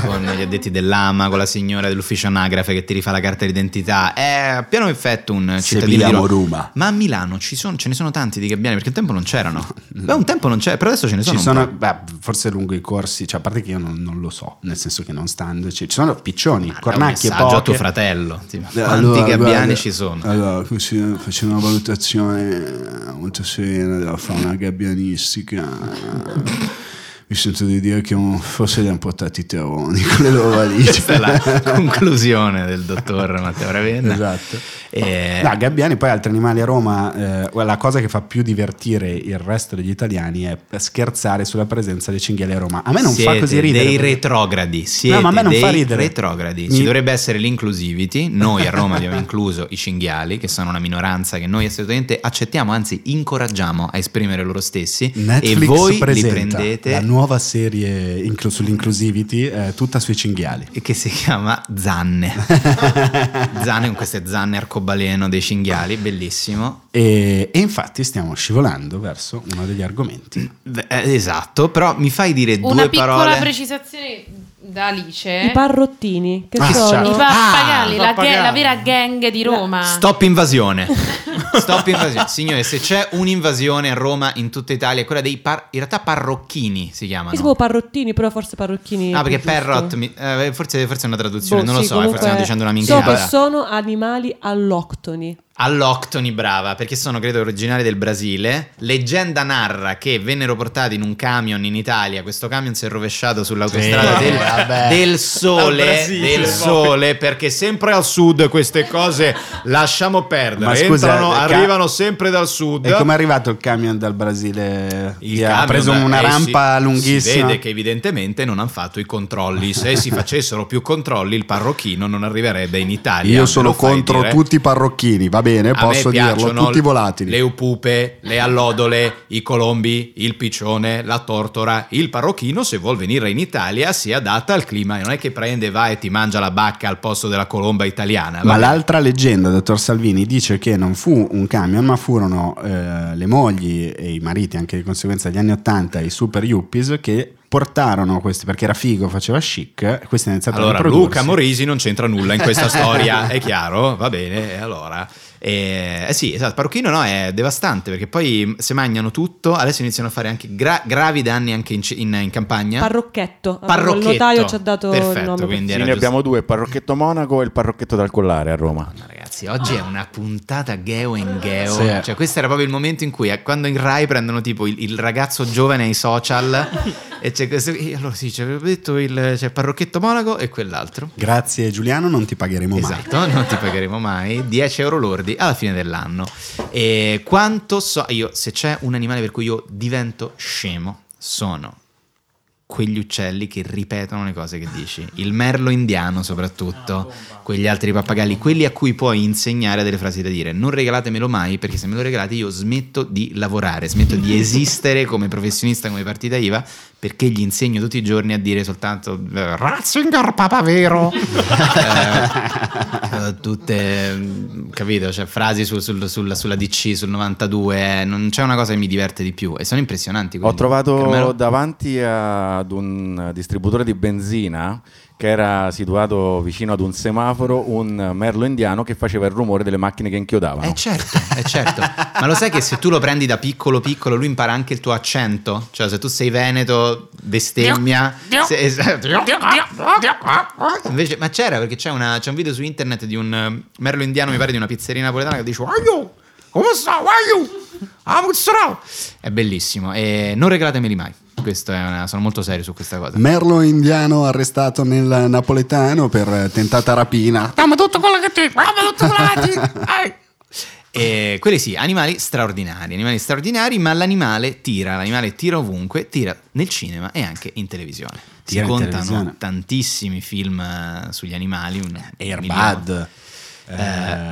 con gli addetti dell'AMA, con la signora dell'ufficio anagrafe che ti rifà la carta d'identità. È a pieno effetto un cittadino di
viviamo
Roma.
a Roma.
Ma a Milano ci sono- ce ne sono tanti di gabbiani perché un tempo non c'erano. Beh, un tempo non c'era, però adesso ce ne sono.
Ci
un
sono,
po'.
beh, forse lungo i corsi, cioè a parte che io non, non lo so, nel senso che non standoci, ci sono piccioni,
Ma dai,
cornacchie,
un messaggio a tuo
poche.
fratello. tipo,
Eh,
quanti
allora,
gabbiani
guarda,
ci sono?
Allora, così facendo una valutazione eh, molto serena della fauna gabbianistica, eh, mi sento di dire che un- forse li hanno portati i terroni con le loro
Questa è
valigie.
la conclusione del dottor Matteo Ravenna.
Esatto.
Eh,
No, gabbiani, poi altri animali a Roma, eh, la cosa che fa più divertire il resto degli italiani è scherzare sulla presenza delle cinghiali a Roma. A me non fa
Siete
così ridere.
Dei
perché-
retrogradi. Siete
No, ma a me non
dei
fa ridere.
retrogradi.
Mi-
Ci dovrebbe essere l'inclusivity. Noi a Roma abbiamo incluso i cinghiali, che sono una minoranza che noi assolutamente accettiamo, anzi incoraggiamo a esprimere loro stessi.
Netflix
e voi li
presenta la
prendete
nuova serie inclu- sull'inclusivity eh, tutta sui cinghiali.
e che si chiama Zanne. zanne con queste zanne arcobaleno dei cinghiali, bellissimo.
E, e infatti stiamo scivolando verso uno degli argomenti.
Eh, Esatto, però mi fai dire
Una
due
piccola
parole.
precisazione da Alice.
I parrottini, che
Ah,
sono...
certo.
I pappagalli,
Ah,
la,
pappagalli.
la vera gang di Roma.
Stop invasione. Stop invasione. Signore, se c'è un'invasione a Roma in tutta Italia, è quella dei par- in realtà parrocchini si
Io sapevo
chiamano.
parrottini, però forse parrocchini.
Ah, perché
è più boh, giusto.
Perrot, mi- eh, forse, forse è una traduzione,
Boh,
non lo
sì,
so, eh, forse
comunque
stiamo dicendo una
So che
minchiata.
sono animali alloctoni.
All'Octoni, brava, perché sono credo originari del Brasile. Leggenda narra che vennero portati in un camion in Italia. Questo camion si è rovesciato sull'autostrada
Sì,
del,
vabbè.
del
Al
sole.
Brasile,
Del
poi.
sole, perché sempre al sud queste cose lasciamo perdere.
Ma scusa, eh,
Entrano,
ca-
arrivano sempre dal sud.
E come è arrivato il camion dal Brasile?
Il
Che ha
camion,
preso una
eh,
rampa
si- Si
lunghissima.
vede che evidentemente non hanno fatto i controlli. Se si facessero più controlli, il parrocchino non arriverebbe in Italia.
Io
Me
sono
lo fai
contro
dire? eh.
tutti i parrocchini, va bene,
A me
posso dirlo,
piacciono
tutti volatili.
Le upupe, le allodole, i colombi, il piccione, la tortora. Il parrocchino, se vuol venire in Italia, si adatta al clima. Non è che prende, va e ti mangia la bacca al posto della colomba italiana.
Ma
va.
l'altra leggenda, dottor Salvini, dice che non fu un camion, ma furono eh, le mogli e i mariti, anche di conseguenza degli anni 80, i super yuppies, che portarono questi, perché era figo, faceva chic, e questi hanno iniziato
Allora,
a riprodursi.
Luca Morisi non c'entra nulla in questa storia, è chiaro? Va bene, e allora. Eh, eh sì, esatto, parrucchino no, è devastante perché poi mm, se mangiano tutto, adesso iniziano a fare anche gra- gravi danni anche in, c- in- in campagna.
Parrocchetto.
Eh? Parrocchetto.
Il notaio ci ha dato il
Perfetto,
nome.
quindi
Sì,
era
ne
giusto. Ah,
abbiamo due, il parrocchetto Monaco e il parrocchetto dal collare a Roma.
Ragazzi, oggi è una puntata geo in geo.
Sì.
Cioè, questo era proprio il momento in cui, eh, quando in Rai prendono tipo il, il ragazzo giovane ai social, e c'è questo. E allora sì, c'è detto il, c'è il parrocchetto Monaco e quell'altro.
Grazie Giuliano, non ti pagheremo mai.
Esatto, non ti pagheremo mai 10 euro lordi alla fine dell'anno. E quanto so io, se c'è un animale per cui io divento scemo, sono quegli uccelli che ripetono le cose che dici, il merlo indiano soprattutto, quegli altri pappagalli, quelli a cui puoi insegnare delle frasi da dire. Non regalatemelo mai perché se me lo regalate io smetto di lavorare, smetto di esistere come professionista, come partita IVA, perché gli insegno tutti i giorni a dire soltanto eh, Ratzinger papavero. Eh, eh, tutte, mm, capito, cioè frasi sul- sul- sulla, sulla DC, sul 92, eh, non c'è una cosa che mi diverte di più e sono impressionanti.
Ho
quindi.
trovato
Carmelo?
davanti ad un distributore di benzina che era situato vicino ad un semaforo un merlo indiano che faceva il rumore delle macchine che inchiodavano.
Eh certo, eh certo. Ma lo sai che se tu lo prendi da piccolo piccolo lui impara anche il tuo accento? Cioè se tu sei veneto, bestemmia... se- esatto. Invece, ma c'era perché c'è, una- c'è un video su internet di un eh, merlo indiano, mi pare di una pizzeria napoletana che dice "Aiu! Come sta? Aiu! Ah, come sta?" È bellissimo e non regalatemeli mai. Questo è una- sono molto serio su questa cosa.
Merlo indiano arrestato nel napoletano per eh, tentata rapina.
Dammi tutto quello che ti. Dammi tutto quello che ti. Eh.
E Eh, quelli sì, animali straordinari, animali straordinari, ma l'animale tira, l'animale tira ovunque, tira nel cinema e anche in televisione. Si
Tira in
contano
televisione.
tantissimi film eh, sugli animali, un milione.
Airbud. Eh.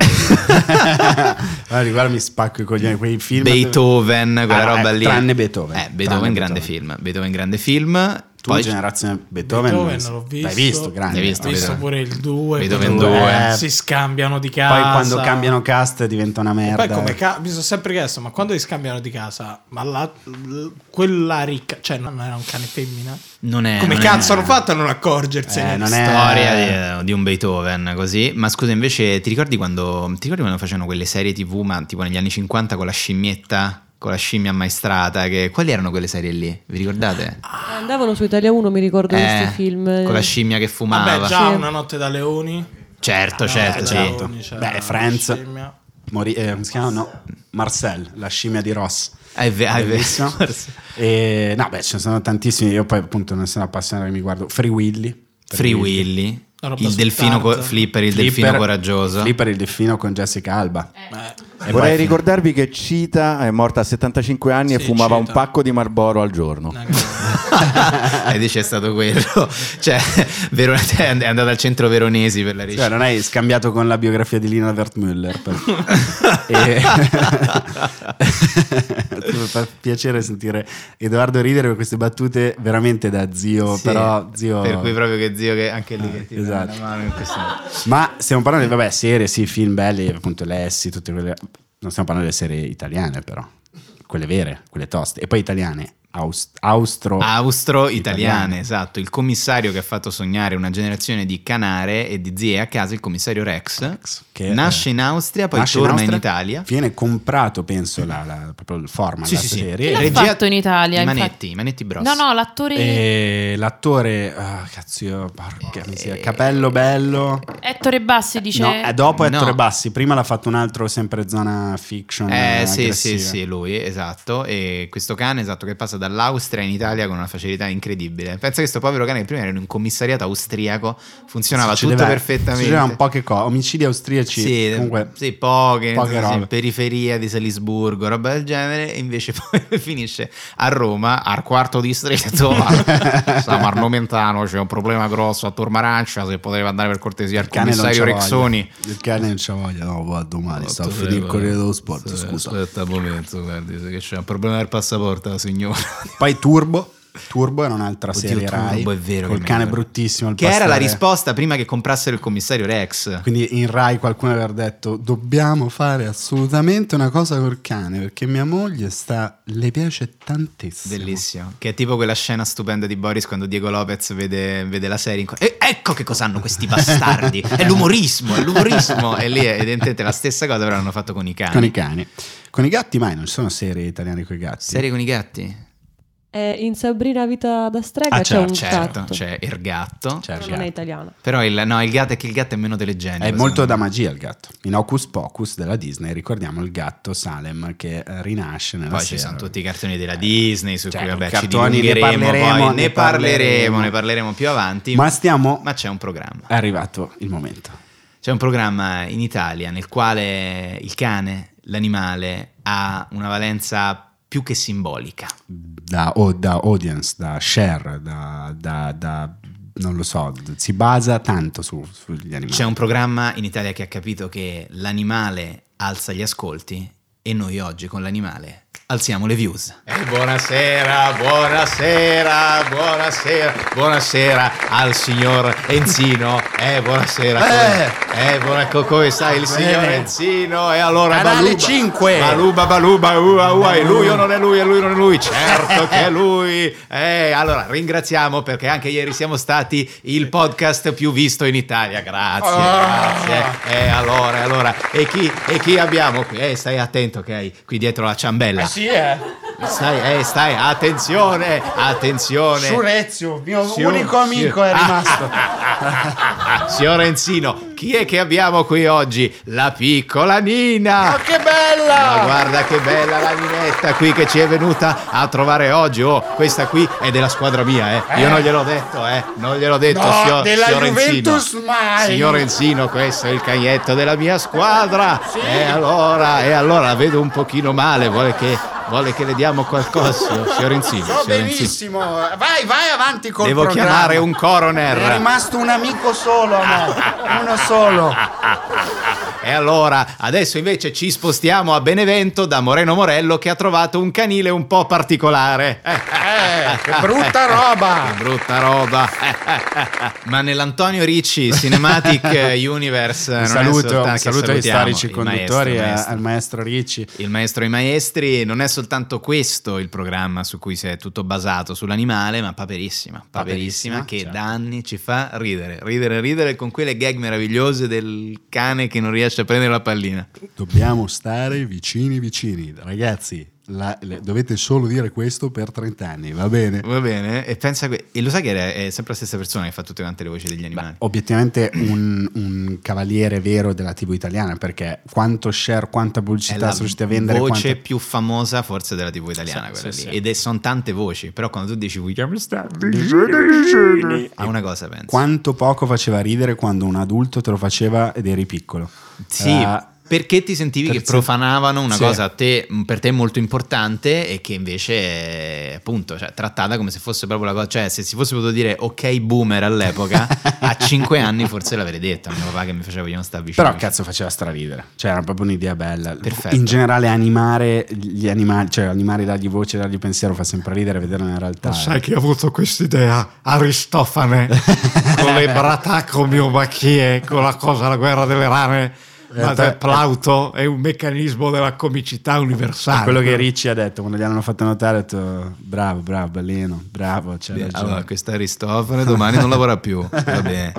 Guarda, guarda, mi spacco i coglioni. Quei film.
Beethoven, quella
Ah,
roba
eh,
lì.
Tranne Beethoven.
Eh, Beethoven,
Tranne
grande film. Beethoven, grande film.
Tu,
Poi-
generazione Beethoven,
Beethoven
non-
l'ho visto.
l'hai visto, grande.
L'hai
Ho visto
Beethoven.
pure il 2.
Beethoven
due.
Si scambiano di casa.
Poi quando cambiano cast diventa una merda. eh.
Poi come ca- mi sono sempre chiesto, ma quando li scambiano di casa, ma la- l- quella ricca, cioè non era un cane femmina?
Non è,
Come
non è-
cazzo hanno fatto a non accorgersene?
Eh, non è-
storia di, di un Beethoven così. Ma scusa, invece, ti ricordi quando ti ricordi quando facevano quelle serie TV, ma tipo negli anni 50 con la scimmietta, con la scimmia ammaestrata? Che... Quali erano quelle serie lì? Vi ricordate?
Eh, Andavano su Italia 1, mi ricordo
Eh,
questi film.
Con la scimmia che fumava.
Vabbè, già
Sì.
una notte da leoni.
Ah,
Certo, certo,
eh,
Una
sì.
notte da leoni, c'era
Beh,
la
Friends.
scimmia.
Mori- eh, come si chiama? No. Marcel, la scimmia di Ross.
È ve- Ah, è ve-
Bellissimo.
forse.
E, no, beh, ce ne sono tantissimi. Io poi, appunto, non sono appassionato che mi guardo. Free Willy.
Free Willy,
Una roba
il
sul
delfino co-
Tarzan.
Flipper, il delfino coraggioso.
Flipper il delfino con Jessica Alba.
Eh,
E
Vorrei
poi-
ricordarvi che Cita è morta a 75 anni e
Sì,
fumava un
Cheetah.
pacco di Marlboro al giorno.
Eh.
Una cagata.
e dice è stato quello. Cioè, Verona- è andata al centro veronesi per la ricerca.
Cioè, non hai scambiato con la biografia di Lina Wertmüller per... E- fa piacere sentire Edoardo ridere per queste battute veramente da zio,
Sì,
però zio...
Per cui proprio che zio che anche lì che ti dà
esatto.
la mano in questo modo.
Ma stiamo parlando di, vabbè, serie, sì, film belli, appunto Lessi, tutte quelle... Non stiamo parlando delle serie italiane però, quelle vere, quelle toste. E poi italiane, aus- austro...
Austro-italiane,
Italiane.
esatto. Il commissario che ha fatto sognare una generazione di canare e di zie a casa, il commissario Rex,
che,
nasce
eh,
in Austria, poi
nasce
torna in,
Austria,
Italia.
Viene comprato, penso, la, la- proprio il format
Sì,
della
sì, sì.
serie.
Chi l'ha
E-
Regia-
fatto in Italia?
I
infatti?
Manetti, i Manetti Bros.
No, no, l'attore
E Eh, l'attore, ah, cazzo, io, porca miseria,
eh,
capello bello.
Ettore Bassi dice...
No, eh, dopo
No.
Ettore Bassi, prima l'ha fatto un altro sempre zona fiction.
Eh, sì,
aggressiva.
sì, sì, lui, esatto. E questo cane, esatto, che passa dall'Austria in Italia con una facilità incredibile. Pensa che questo povero cane prima era in un commissariato austriaco, funzionava tutto
Succedeva-
perfettamente.
Succedevano poche cose, omicidi austriaci,
Sì,
comunque
sì, poche,
poche
sì,
robe.
periferia di Salisburgo, roba del genere, e invece poi finisce a Roma, al quarto distretto, a- siamo a Arnomentano, c'è un problema grosso a Tormarancia, se poteva andare per cortesia al
Il cane non
commissario
c'ha
Rexoni.
voglia. Il cane non c'ha voglia, no, va domani, sta a finire il Corriere
eh.
dello Sport, scusa.
Aspetta un momento, guardi, che c'è un problema del passaporto, signora.
Poi Turbo, Turbo era un'altra
Oddio,
serie
Turbo,
Rai,
è vero
col
che mi
cane
ricordo.
bruttissimo. il
Che era la
pastore.
risposta prima che comprassero il commissario Rex.
Quindi in Rai qualcuno aveva detto dobbiamo fare assolutamente una cosa col cane perché mia moglie sta, le piace tantissimo.
Bellissimo, che è tipo quella scena stupenda di Boris quando Diego Lopez vede, vede la serie. in cui- "E ecco che cosa hanno questi bastardi! È l'umorismo, è l'umorismo! E lì è evidentemente la stessa cosa, però l'hanno fatto con i cani.
Con i cani. Con i gatti mai, non ci sono serie italiane con i gatti.
Serie con i gatti?
Eh, in Sabrina Vita da strega
Ah,
c'è
certo,
un
Certo,
gatto.
c'è il gatto.
Cioè,
Però
il
non è
gatto.
italiana.
Però il, no, il gatto è che il gatto è meno telegenico.
È molto
secondo
da
me.
magia il gatto. In Hocus Pocus della Disney ricordiamo il gatto Salem che eh, rinasce nella
Poi ci
sera.
sono tutti i cartoni della Disney su
Cioè,
cui vabbè, ci
cartoni, ne
dilungheremo,
parleremo,
poi ne
ne
parleremo,
parleremo.
ne parleremo più avanti.
Ma stiamo...
ma c'è un programma.
È arrivato il momento.
C'è un programma in Italia nel quale il cane, l'animale, ha una valenza più che simbolica.
Da, o- da audience, da share, da... da- da- non lo so, si basa tanto su- sugli animali.
C'è un programma in Italia che ha capito che l'animale alza gli ascolti e noi oggi con l'animale alziamo le views. Eh, buonasera, buonasera, buonasera, buonasera al signor Enzino. Eh, buonasera. Come, eh, Ah, buona- co- come sta il signor Enzino? E allora
Canale
Baluba-
5.
Baluba, Baluba, uh, ua, ua, è lui o non è lui, è lui o non è lui. Certo che è lui. Eh, allora ringraziamo perché anche ieri siamo stati il podcast più visto in Italia. Grazie,
Ah.
grazie. Eh, allora, allora. E chi, e chi abbiamo qui? Eh, stai attento che hai qui dietro la ciambella.
Sì, eh.
Stai, eh, stai, attenzione, attenzione.
Surezio, mio
Sì,
unico
sì.
amico è rimasto.
Signor Enzino, chi è che abbiamo qui oggi? La piccola Nina.
Ma che bella!
Ma guarda che bella la Ninetta qui che ci è venuta a trovare oggi. Oh, questa qui è della squadra mia, eh. Io non gliel'ho detto, eh. Non gliel'ho detto,
No,
signor,
della
signor
Juventus
Enzino.
mai.
Signor Enzino, questo è il cagnetto della mia squadra. E allora, e allora la vedo un pochino male, vuole che, vuole che le diamo qualcosa, signor, signor Enzino.
So
signor Enzino.
benissimo, vai, vai avanti col
Devo
programma.
chiamare un coroner.
È rimasto un amico solo a me, uno solo.
Eh, E allora, adesso invece ci spostiamo a Benevento da Moreno Morello che ha trovato un canile un po' particolare.
Eh, che brutta roba!
Che brutta roba. Ma nell'Antonio Ricci Cinematic Universe non
Un
è
saluto,
soltanto-
un
che
saluto ai
salutiamo,
storici
il
conduttori,
maestro, il
a-
maestro.
al maestro Ricci.
Il maestro e i maestri non è soltanto questo il programma su cui si è tutto basato sull'animale, ma Paperissima, Paperissima,
Paperissima,
che
certo.
da anni ci fa ridere, ridere, ridere con quelle gag meravigliose del cane che non riesce a prendere la pallina.
Dobbiamo stare vicini, vicini. Ragazzi, la- le- dovete solo dire questo per 30 anni, va bene?
Va bene? E pensa que- e lo sai che era- è sempre la stessa persona che fa tutte quante le voci degli animali.
Obiettivamente un, un cavaliere vero della TV italiana, perché quanto share, quanta
È
pubblicità
la
sono riusciti a vendere,
voce
quante-
più famosa forse della TV italiana
Sì,
quella
sì,
lì.
sì.
Ed è, sono tante voci, però quando tu dici William Stanley a una cosa penso.
quanto poco faceva ridere quando un adulto te lo faceva ed eri piccolo.
Sì,
Era-
perché ti sentivi che
terzo-
profanavano una
Eh, Sì.
cosa a te- mm, per te molto importante e che invece è appunto cioè, trattata come se fosse proprio la cosa, cioè se si fosse potuto dire ok boomer all'epoca, a 5 anni forse l'avrei detto a mio papà che mi faceva vogliamo stare vicino.
Però cazzo faceva straridere, cioè era proprio un'idea bella.
Perfetto.
In generale animare gli animali, cioè animare, dargli voce, dargli pensiero fa sempre ridere, vederlo in realtà.
chi ha avuto quest'idea? Aristofane, con le bratacomiomacie, con la cosa, la guerra delle rane. Ma del Plauto è un meccanismo della comicità universale.
Quello che Ricci ha detto quando gliel'hanno fatto notare, ha detto bravo, bravo, bellino, bravo. Cioè,
Beh,
ragione.
Allora, questa Aristofane domani non lavora più. Va bene.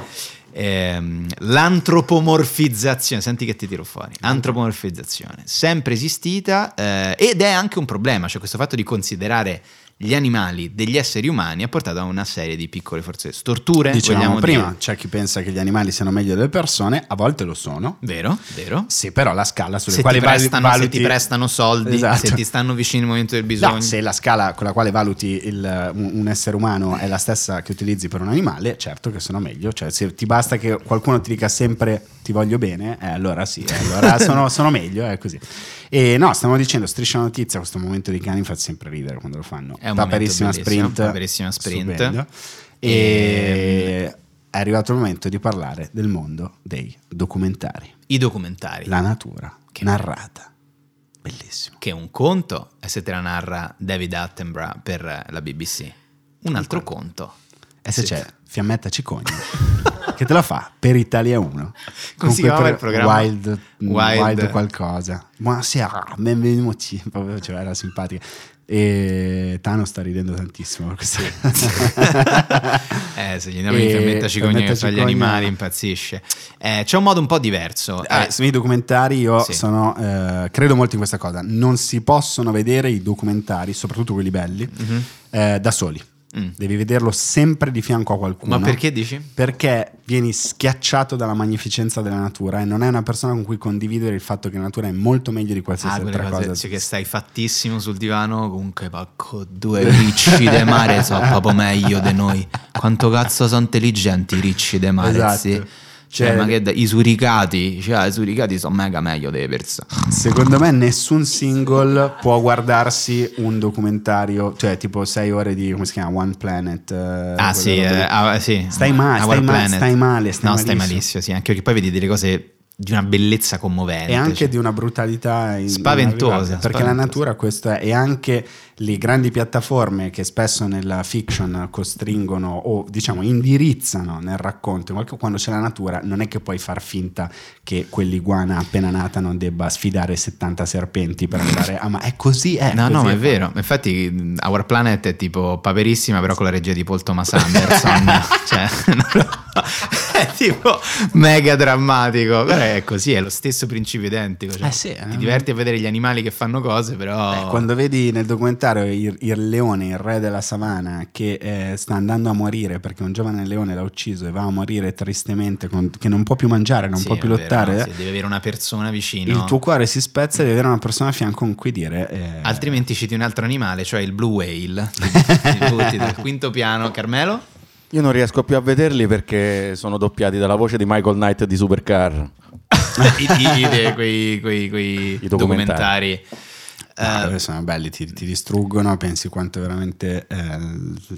Ehm, l'antropomorfizzazione, senti che ti tiro fuori. Antropomorfizzazione, sempre esistita eh, ed è anche un problema, cioè questo fatto di considerare gli animali degli esseri umani ha portato a una serie di piccole forse storture.
Dicevamo
vogliamo
prima,
dire.
c'è chi pensa che gli animali siano meglio delle persone, a volte lo sono.
Vero, vero.
Sì, però la scala sulle
Se ti,
quali val-
prestano, se
valuti-
ti prestano soldi,
Esatto.
se ti stanno vicino al momento del bisogno.
No, se la scala con la quale valuti il- un, un essere umano è la stessa che utilizzi per un animale, certo che sono meglio. Cioè, se ti basta che qualcuno ti dica sempre ti voglio bene, eh, allora sì, eh, allora sono, sono meglio, è così. E no, stiamo dicendo, striscia la notizia, questo momento dei cani fa sempre ridere quando lo fanno.
È un
Paperissima
momento bellissimo,
sprint.
paperissima sprint. Ehm.
stupendo. E... È arrivato il momento di parlare del mondo dei documentari,
I documentari.
la natura narrata. Bellissimo.
Che un conto è se te la narra David Attenborough per eh, la BBC. Un altro conto
E
è
Eh, se
se
c'è Fiammetta Cicogna che te la fa per Italia 1.
Come si
Comunque
chiamava
per
il programma?
Wild, mm,
Wild-
Wild. qualcosa. Buonasera, benvenuti. Proprio, cioè, era simpatica. E Tano sta ridendo tantissimo per questa
Eh, se gli diamo di fermenta cicogna che fa gli animali impazzisce. Eh, c'è un modo un po' diverso.
Ah,
Eh,
sui documentari io
Sì.
sono, eh, credo molto in questa cosa. Non si possono vedere i documentari, soprattutto quelli belli, eh, da soli.
Mhm. Mm.
Devi vederlo sempre di fianco a qualcuno.
ma perché dici?
Perché vieni schiacciato dalla magnificenza della natura e non è una persona con cui condividere il fatto che la natura è molto meglio di
Ah,
qualsiasi
quelle
altra
cose
cosa.
sì, che stai fattissimo sul divano comunque pacco due ricci de mare so proprio meglio di noi quanto cazzo sono intelligenti i ricci de mare
Esatto.
sì. cioè,
Cioè-
ma che da- i suricati cioè i suricati sono mega meglio delle persone
Secondo me nessun single può guardarsi un documentario, cioè tipo 6 ore di come si chiama One Planet. eh,
ah
quella
sì,
roba lì.
eh, ah, sì.
Stai male,
Our
stai male,
Planet.
stai male, stai
no stai
malissimo.
malissimo sì anche perché poi vedi delle cose di una bellezza commovente
E anche
cioè.
di una brutalità in-
Spaventosa,
inarrivabile, Perché
spaventosa.
la natura questa è. E anche le grandi piattaforme che spesso nella fiction costringono o diciamo indirizzano nel racconto. Qualche- Quando c'è la natura, non è che puoi far finta che quell'iguana appena nata non debba sfidare 70 serpenti per arrivare a. Ma è così, è.
No,
così eh.
no, ma è
fatto.
vero. Infatti, mh, Our Planet è tipo paperissima, però con la regia di Paul Thomas Anderson. cioè, non lo- è tipo mega drammatico. Però è così, è lo stesso principio identico. cioè,
Eh sì,
ti
eh.
diverti a vedere gli animali che fanno cose, però.
Eh, quando vedi nel documentario il, il leone, il re della savana, che eh, sta andando a morire perché un giovane leone l'ha ucciso e va a morire tristemente, con- che non può più mangiare, non
Sì,
può
è
più
vero,
lottare,
sì, devi avere una persona vicino.
il tuo cuore si spezza e devi avere una persona a fianco con cui dire... eh,
Altrimenti citi un altro animale, cioè il blue whale. Ti butti dal quinto piano, Carmelo.
Io non riesco più a vederli perché sono doppiati dalla voce di Michael Knight di Supercar.
I, i- i- quei, quei- quei
I documentari.
documentari. eh,
no, quelli sono belli, ti, ti distruggono, pensi quanto veramente eh,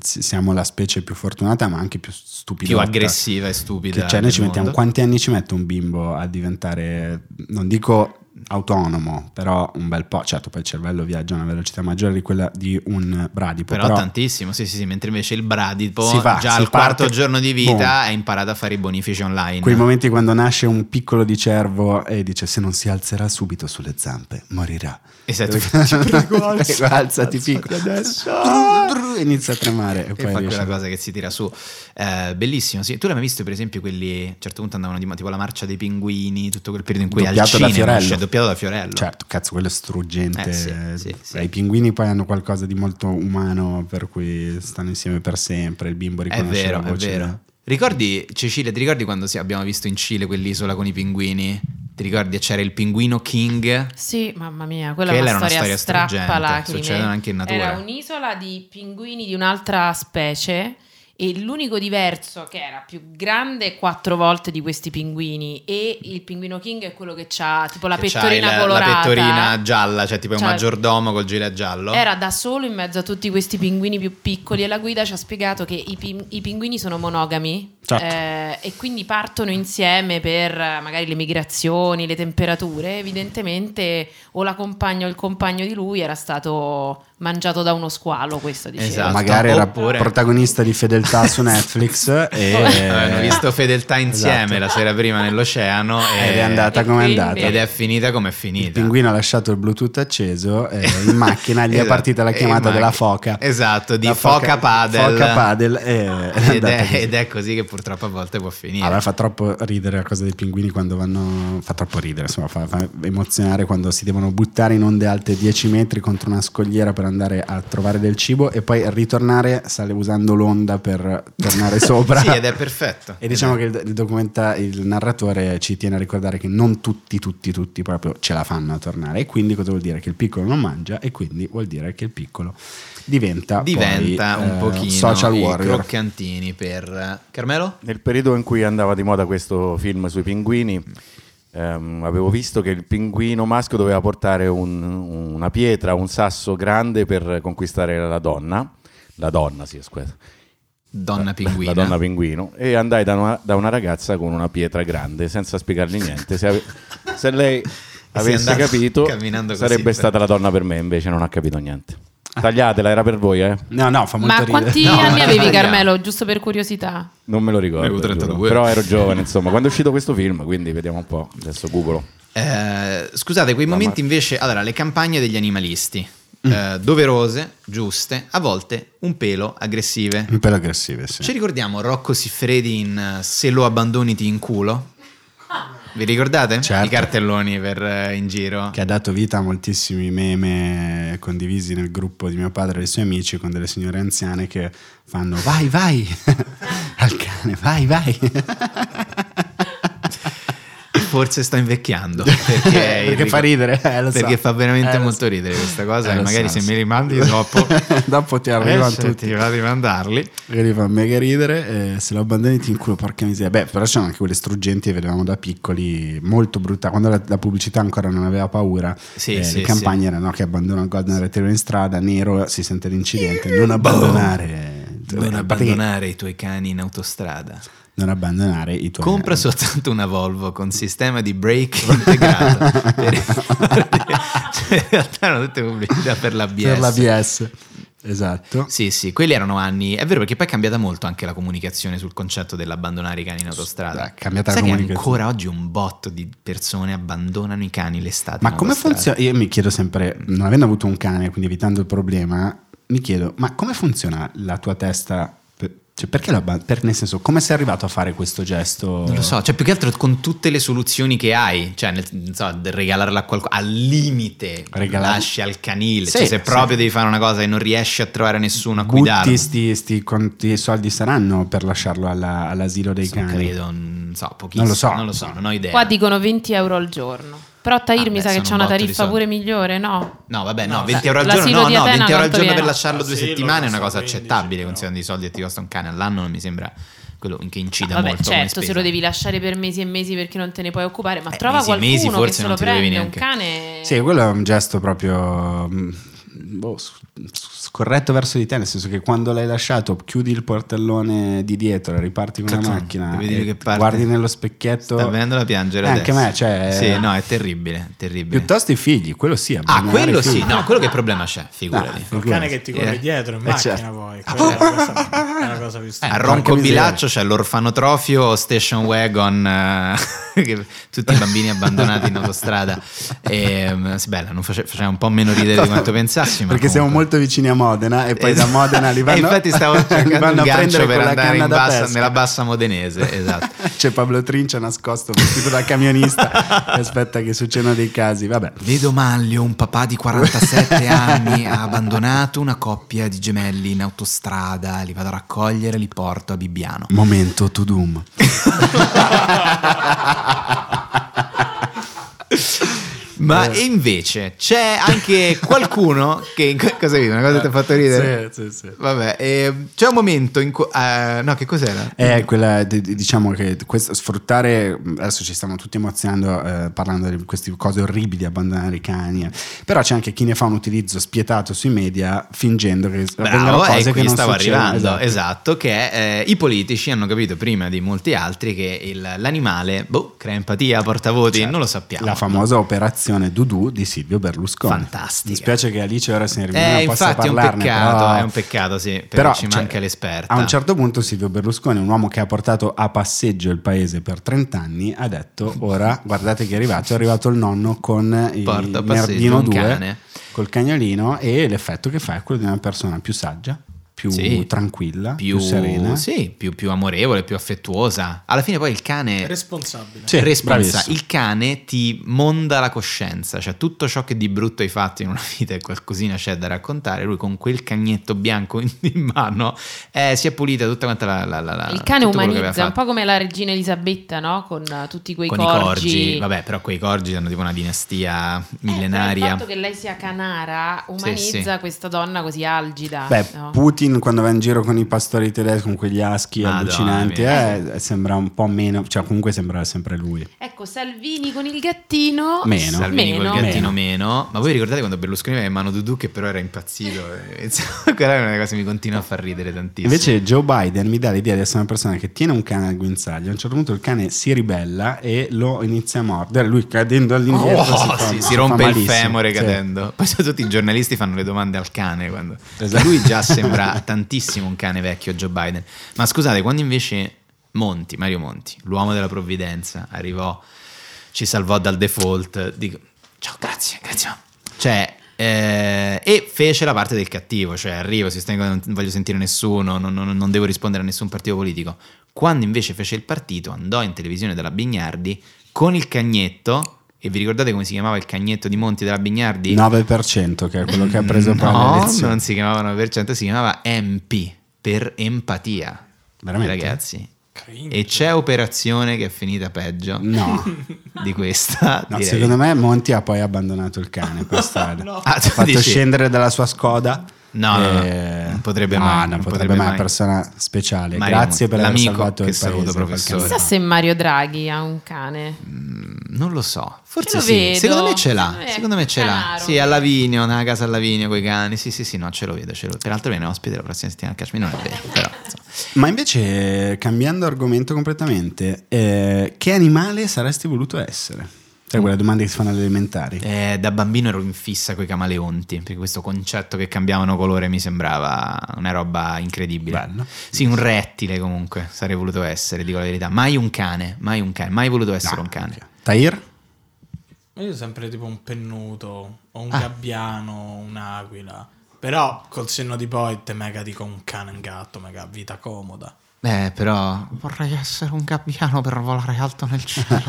si- siamo la specie più fortunata ma anche più stupida.
più aggressiva e stupida.
Che, cioè, noi
del
ci mettiamo
mondo.
quanti anni ci mette un bimbo a diventare, non dico autonomo, però un bel po'. Certo, poi il cervello viaggia a una velocità maggiore di quella di un bradipo.
Però,
Però,
tantissimo, sì, sì, sì, mentre invece il bradipo
Si fa,
già
si
al
parte-
quarto giorno di vita
boom.
ha imparato a fare i bonifici online.
Quei momenti quando nasce un piccolo di cervo e dice se non si alzerà subito sulle zampe morirà.
Esatto.
prego, alzati piccolo. Adesso. Inizia a tremare. E,
E
poi
fa
riesce.
quella cosa che si tira su. Eh, bellissimo, sì. Tu l'hai mai visto, per esempio, quelli a un certo punto andavano di mo- tipo la marcia dei pinguini, tutto quel periodo in cui al
Doppiato da
cinema
Fiorello.
uscì- doppiato da Fiorello.
Certo, cazzo, quello è struggente.
Eh, sì, sì, sì.
Eh, I pinguini poi hanno qualcosa di molto umano, per cui stanno insieme per sempre. Il bimbo
è
riconosce
vero,
la
è
voce.
vero. Ricordi, Cecilia, ti ricordi quando sì, abbiamo visto in Cile quell'isola con i pinguini? Ti ricordi? C'era il pinguino King?
Sì, mamma mia, quella,
Quella
è
era
una
una
storia,
storia struggente,
strappalacrime.
succedono anche in natura.
Era un'isola di pinguini di un'altra specie e l'unico diverso che era più grande quattro volte di questi pinguini e il pinguino king è quello che ha tipo la
Che c'hai
pettorina
la-
colorata.
La pettorina gialla, cioè tipo
Cioè-
un maggiordomo col gilet giallo.
Era da solo in mezzo a tutti questi pinguini più piccoli e la guida ci ha spiegato che i, pin- i pinguini sono monogami
Esatto.
Certo.
eh, e quindi partono insieme per eh, magari le migrazioni, le temperature. Evidentemente o la compagna o il compagno di lui era stato mangiato da uno squalo, questo diceva.
Esatto.
Magari era
Oppure-
protagonista di Fedeltà su Netflix e
Avevano Eh, visto fedeltà
esatto.
insieme la sera prima nell'oceano e-
ed è andata come è
E
andata.
quindi-
ed è finita come è
Il
finita.
pinguino ha lasciato il Bluetooth acceso e in macchina gli
Esatto,
è partita la
e
chiamata
in
della
macchina.
foca.
Esatto, di
La
foca paddle.
Foca paddle e- è
ed,
andata
è,
così.
ed è così che purtroppo a volte può finire.
Allora fa troppo ridere la cosa dei pinguini quando vanno. Fa troppo ridere, insomma, fa, fa emozionare quando si devono buttare in onde alte 10 metri contro una scogliera per per andare a trovare del cibo e poi ritornare sale usando l'onda per tornare sopra.
Sì, ed è perfetto.
E diciamo che il, il documenta- il narratore ci tiene a ricordare che non tutti, tutti, tutti proprio ce la fanno a tornare. E quindi cosa vuol dire? Che il piccolo non mangia e quindi vuol dire che il piccolo diventa, poi,
diventa un
eh,
pochino
social
i
warrior.
croccantini per Carmelo?
Nel periodo in cui andava di moda questo film sui pinguini, ehm, avevo visto che il pinguino maschio doveva portare un- una pietra, un sasso grande per conquistare la donna. La donna, sì, scusa.
Eh,
Donna pinguina.
La donna pinguino. E andai da una, da una ragazza con una pietra grande, senza spiegargli niente. Se, ave- se lei avesse
andato
capito,
camminando così,
sarebbe
per-
stata la donna per me, invece non ha capito niente. Tagliatela, era per voi, eh?
No, no, fa molto
Ma
ridere.
quanti
No,
anni
no,
avevi,
no.
Carmelo? Giusto per curiosità.
Non me lo ricordo.
Avevo
giuro.
32.
Però ero giovane, insomma, quando è uscito questo film, quindi vediamo un po'. Adesso googolo.
Eh, scusate, quei
Ma-
momenti
ma-
invece, allora, le campagne degli animalisti,
Mm.
eh, doverose, giuste, a volte un pelo aggressive.
Un pelo aggressivo, sì.
Ci ricordiamo Rocco Siffredi in eh, Se lo abbandoni ti inculo? Vi ricordate?
Certo.
I cartelloni per, eh, in giro.
che ha dato vita a moltissimi meme condivisi nel gruppo di mio padre e dei suoi amici con delle signore anziane che fanno vai vai al cane vai vai
Forse sto invecchiando. Perché,
Perché
Enrico-
fa ridere, eh, lo so.
perché fa veramente
Eh, lo
molto
so.
ridere questa cosa.
Eh,
e
lo so,
magari se
lo
mi
so.
rimandi dopo...
dopo ti
eh,
arrivano
se
tutti
Ti va di mandarli.
Magari fa mega ridere, eh, se lo abbandoni ti inculo, porca miseria. Beh, però c'erano anche quelle struggenti che vedevamo da piccoli, molto brutta. Quando la, la pubblicità ancora non aveva paura,
Sì,
eh,
sì,
le
sì.
campagne erano no, che abbandona il Golden Retriever in strada, nero, si sente l'incidente, non abbandonare. eh,
Boh. Non
eh,
abbandonare i tuoi cani in autostrada.
non abbandonare i tuoi
Compra soltanto una Volvo con sistema di brake integrato. per- cioè, in realtà erano tutte pubblicità per l'ABS.
per la BS. Esatto.
Sì, sì, quelli erano anni. È vero perché poi è cambiata molto anche la comunicazione sul concetto dell'abbandonare i cani in autostrada.
È cambiata la
Sai che
comunicazione.
ancora oggi un botto di persone abbandonano i cani l'estate.
Ma
in
come
autostrada?
funziona? Io mi chiedo sempre, non avendo avuto un cane, quindi evitando il problema, mi chiedo, ma come funziona la tua testa? Per- Cioè, perché la ba- per, nel senso, come sei arrivato a fare questo gesto?
Non lo so, cioè più che altro con tutte le soluzioni che hai, cioè nel, non so, de- regalarla a qualcuno, al limite,
Regalare-
lasci al canile,
Sì,
cioè se
sì.
proprio devi fare una cosa e non riesci a trovare nessuno a
Butti
guidarlo.
sti, sti quanti soldi saranno per lasciarlo alla- all'asilo dei
Non
cani?
credo, non so, pochissimo,
Non lo so.
non lo so, non ho idea.
Qua dicono 20 euro al giorno. Però Tahir
Ah,
mi
beh,
sa che
Eh. sono
c'è
un
una
botto di
tariffa
soldi.
pure migliore, no?
No, vabbè, no, 20 euro al
l'asilo
giorno, no,
di
no,
Atena
20 euro al giorno
quanto
per
viene?
lasciarlo due
L'asilo
settimane è una
costa
cosa
15,
accettabile,
no.
considerando i soldi che ti costa un cane all'anno, non mi sembra quello che incida
Vabbè,
molto come
certo, se
spesa.
lo devi lasciare per mesi e mesi perché non te ne puoi occupare, ma
Eh,
trova
mesi e
qualcuno
mesi
che
forse
se lo
non te lo devi
prende,
neanche.
un cane.
Sì, quello è un gesto proprio mm, boh, s- s- scorretto verso di te, nel senso che quando l'hai lasciato chiudi il portellone di dietro, riparti con la
Cacca,
macchina,
devi dire
e
che parte.
guardi nello specchietto.
Sta venendo da piangere
Eh, anche
adesso.
me, cioè-
Sì, no, è terribile, terribile.
Piuttosto i figli, quello sì.
Ah,
abbandonare
quello
i figli.
sì, no, quello che problema c'è,
Ah,
figurati.
No,
Il cane che ti corre
Eh,
dietro in
eh,
macchina
certo.
poi. Quella è la cosa- è la cosa più
Eh,
strana.
a Ronco
porca miseria.
Bilaccio c'è l'orfanotrofio Station Wagon, eh, che- tutti i bambini abbandonati in autostrada. E, mm, sì, bella, non face- faceva un po' meno ridere di quanto pensassi. ma
Perché siamo
comunque-
molto vicini a Modena e poi
Esatto.
da Modena li vanno,
E infatti stavo
li
cercando
vanno
un
a
gancio
prendere
per
con la
andare
canna
in
da
bassa-
pesca.
nella bassa modenese, esatto.
C'è Pablo Trincia nascosto vestito da camionista e aspetta che succedano dei casi. Vabbè,
Vedo Maglio, un papà di 47 anni, ha abbandonato una coppia di gemelli in autostrada, li vado a raccogliere, li porto a Bibbiano.
momento to doom.
Ma invece c'è anche qualcuno che... Cosa hai visto? Una cosa che ti ha fatto ridere?
Sì, sì, sì.
Vabbè, ehm, c'è un momento in cui... eh, no, che cos'era?
È quella, di- di- diciamo che questo, sfruttare, adesso ci stiamo tutti emozionando eh, parlando di queste cose orribili, abbandonare i cani, eh. però c'è anche chi ne fa un utilizzo spietato sui media fingendo che avvengano
Bravo,
cose
e
che
oh, qui
non
stavo
succedono.
arrivando, esatto,
Esatto.
che eh, i politici hanno capito prima di molti altri che il- l'animale boh, crea empatia, porta voti, non lo
Certo.
sappiamo.
La famosa operazione Dudu di Silvio Berlusconi.
Fantastica.
Mi spiace che Alice ora se ne rimane,
Eh,
non possa
infatti è un
parlarne,
peccato,
però-
è un peccato, sì, perché ci
cioè,
manca l'esperta.
A un certo punto Silvio Berlusconi, un uomo che ha portato a passeggio il paese per 30 anni, ha detto ora guardate che è arrivato, è arrivato il nonno con il
Porta a passeggio
merdino
un
2
cane.
col cagnolino e l'effetto che fa è quello di una persona più saggia, più
Sì.
tranquilla, più,
più,
serena.
sì, più, più amorevole, più affettuosa. Alla fine poi il cane
Responsabile.
Sì,
responsa-
bravissimo.
il cane ti monda la coscienza, cioè tutto ciò che di brutto hai fatto in una vita e qualcosina c'è da raccontare, lui con quel cagnetto bianco in, in mano eh, si è pulita tutta quanta la... la, la- la-
Il cane
tutto quello che aveva
umanizza, un
fatto.
po' come la regina Elisabetta, no? Con eh, tutti quei
Con
corgi.
i corgi, vabbè però quei corgi hanno tipo una dinastia
Eh, però
millenaria.
il fatto che lei sia canara umanizza
Sì, sì.
questa donna così algida.
Beh,
no?
Putin quando va in giro con i pastori tedeschi, con quegli aschi
Madonna
allucinanti,
mia.
eh, sembra un po' meno, cioè comunque sembra sempre lui.
Ecco, Salvini con il gattino.
Meno.
Salvini
Meno.
col certo gattino meno. Ma voi ricordate quando Berlusconi aveva in mano Dudu che però era impazzito? E- Quella è una cosa che mi continua a far ridere tantissimo.
Invece Joe Biden mi dà l'idea di essere una persona che tiene un cane al guinzaglio, a un certo punto il cane si ribella e lo inizia a mordere, lui cadendo all'indietro
Oh,
si, fa-
sì,
fa
si rompe il
malissimo.
femore
Sì.
cadendo. Poi sono tutti i giornalisti fanno le domande al cane. Quando... Lui già sembra tantissimo un cane vecchio Joe Biden. Ma scusate, quando invece Monti, Mario Monti, l'uomo della provvidenza, arrivò, ci salvò dal default, dico, ciao, grazie, grazie. mamma." Cioè, eh, e fece la parte del cattivo, cioè arrivo, si stengo, non voglio sentire nessuno, non, non- non devo rispondere a nessun partito politico. Quando invece fece il partito, andò in televisione dalla Bignardi con il cagnetto. E vi ricordate come si chiamava il cagnetto di Monti della Bignardi?
9% che è quello che ha preso poi le
no,
elezioni.
non si chiamava 9%, si chiamava MP per empatia.
Veramente?
Ragazzi.
Cringe.
E c'è operazione che è finita peggio
No,
di questa.
no,
direi.
secondo me Monti ha poi abbandonato il cane per strada.
Ah, tu
Ha fatto
dici?
scendere dalla sua scoda.
No, no, no,
e-
non potrebbe
Ah,
mai,
no,
non
potrebbe
potrebbe
mai,
mai.
persona speciale.
Mario
Grazie
Monti,
per aver
l'amico
salvato
che
il paese.
saluto,
per il
professore.
cane.
Chissà se Mario Draghi ha un cane.
Non lo so, forse
lo
sì.
vedo. Eh,
Secondo me ce l'ha.
Secondo me è
Secondo me ce l'ha.
canaro.
Sì, a Lavinio, nella casa a Lavinio con i cani. Sì, sì, sì, no, ce lo vedo. Ce lo... Peraltro viene ospite la prossima settimana a Cashmere. Non è vero, però. insomma.
Ma invece, cambiando argomento completamente, eh, che animale saresti voluto essere? Sai, quelle domande che si fanno alle elementari.
Mm. Eh, da bambino ero in fissa con i camaleonti. Perché questo concetto che cambiavano colore mi sembrava una roba incredibile.
Bello.
Sì, un rettile comunque sarei voluto essere, dico la verità. Mai un cane, mai un cane, mai voluto essere
No,
un cane.
Ah, ok. Tahir?
Ma Io sempre tipo un pennuto, o
Ah.
un gabbiano, un'aquila. Però col senno di poi te mega dico un cane e un gatto, mega vita comoda.
Eh, però vorrei essere un gabbiano per volare alto nel cielo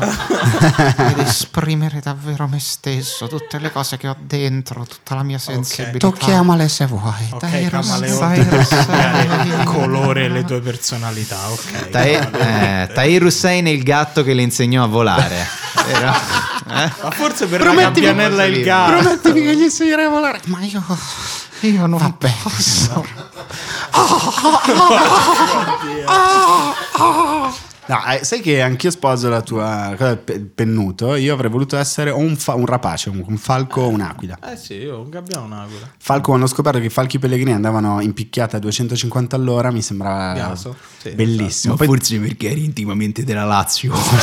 ed esprimere davvero me stesso, tutte le cose che ho dentro, tutta la mia
sensibilità.
Tocchiamale se vuoi.
Ok, camaleonte, cambiare colore e le tue personalità, ok. camaleonte.
eh,
Tahir eh, Hussein è il gatto che le insegnò a volare. Vero? Eh?
Ma forse per la
Promettimi-
gabbianella e il gatto.
Promettimi che gli
Ma io, io non Vabbè. posso.
No, eh, sai che anch'io sposo la tua cosa del pe- pennuto. Io avrei voluto essere o un, fa- un rapace, un, un falco o un'aquila.
Eh sì, io un gabbiano e un'aquila.
Falco, quando ho scoperto che i falchi pellegrini andavano in picchiata a 250 all'ora, mi sembrava
Biaso, sì,
esatto.
bellissimo. Poi-
forse perché eri intimamente della Lazio.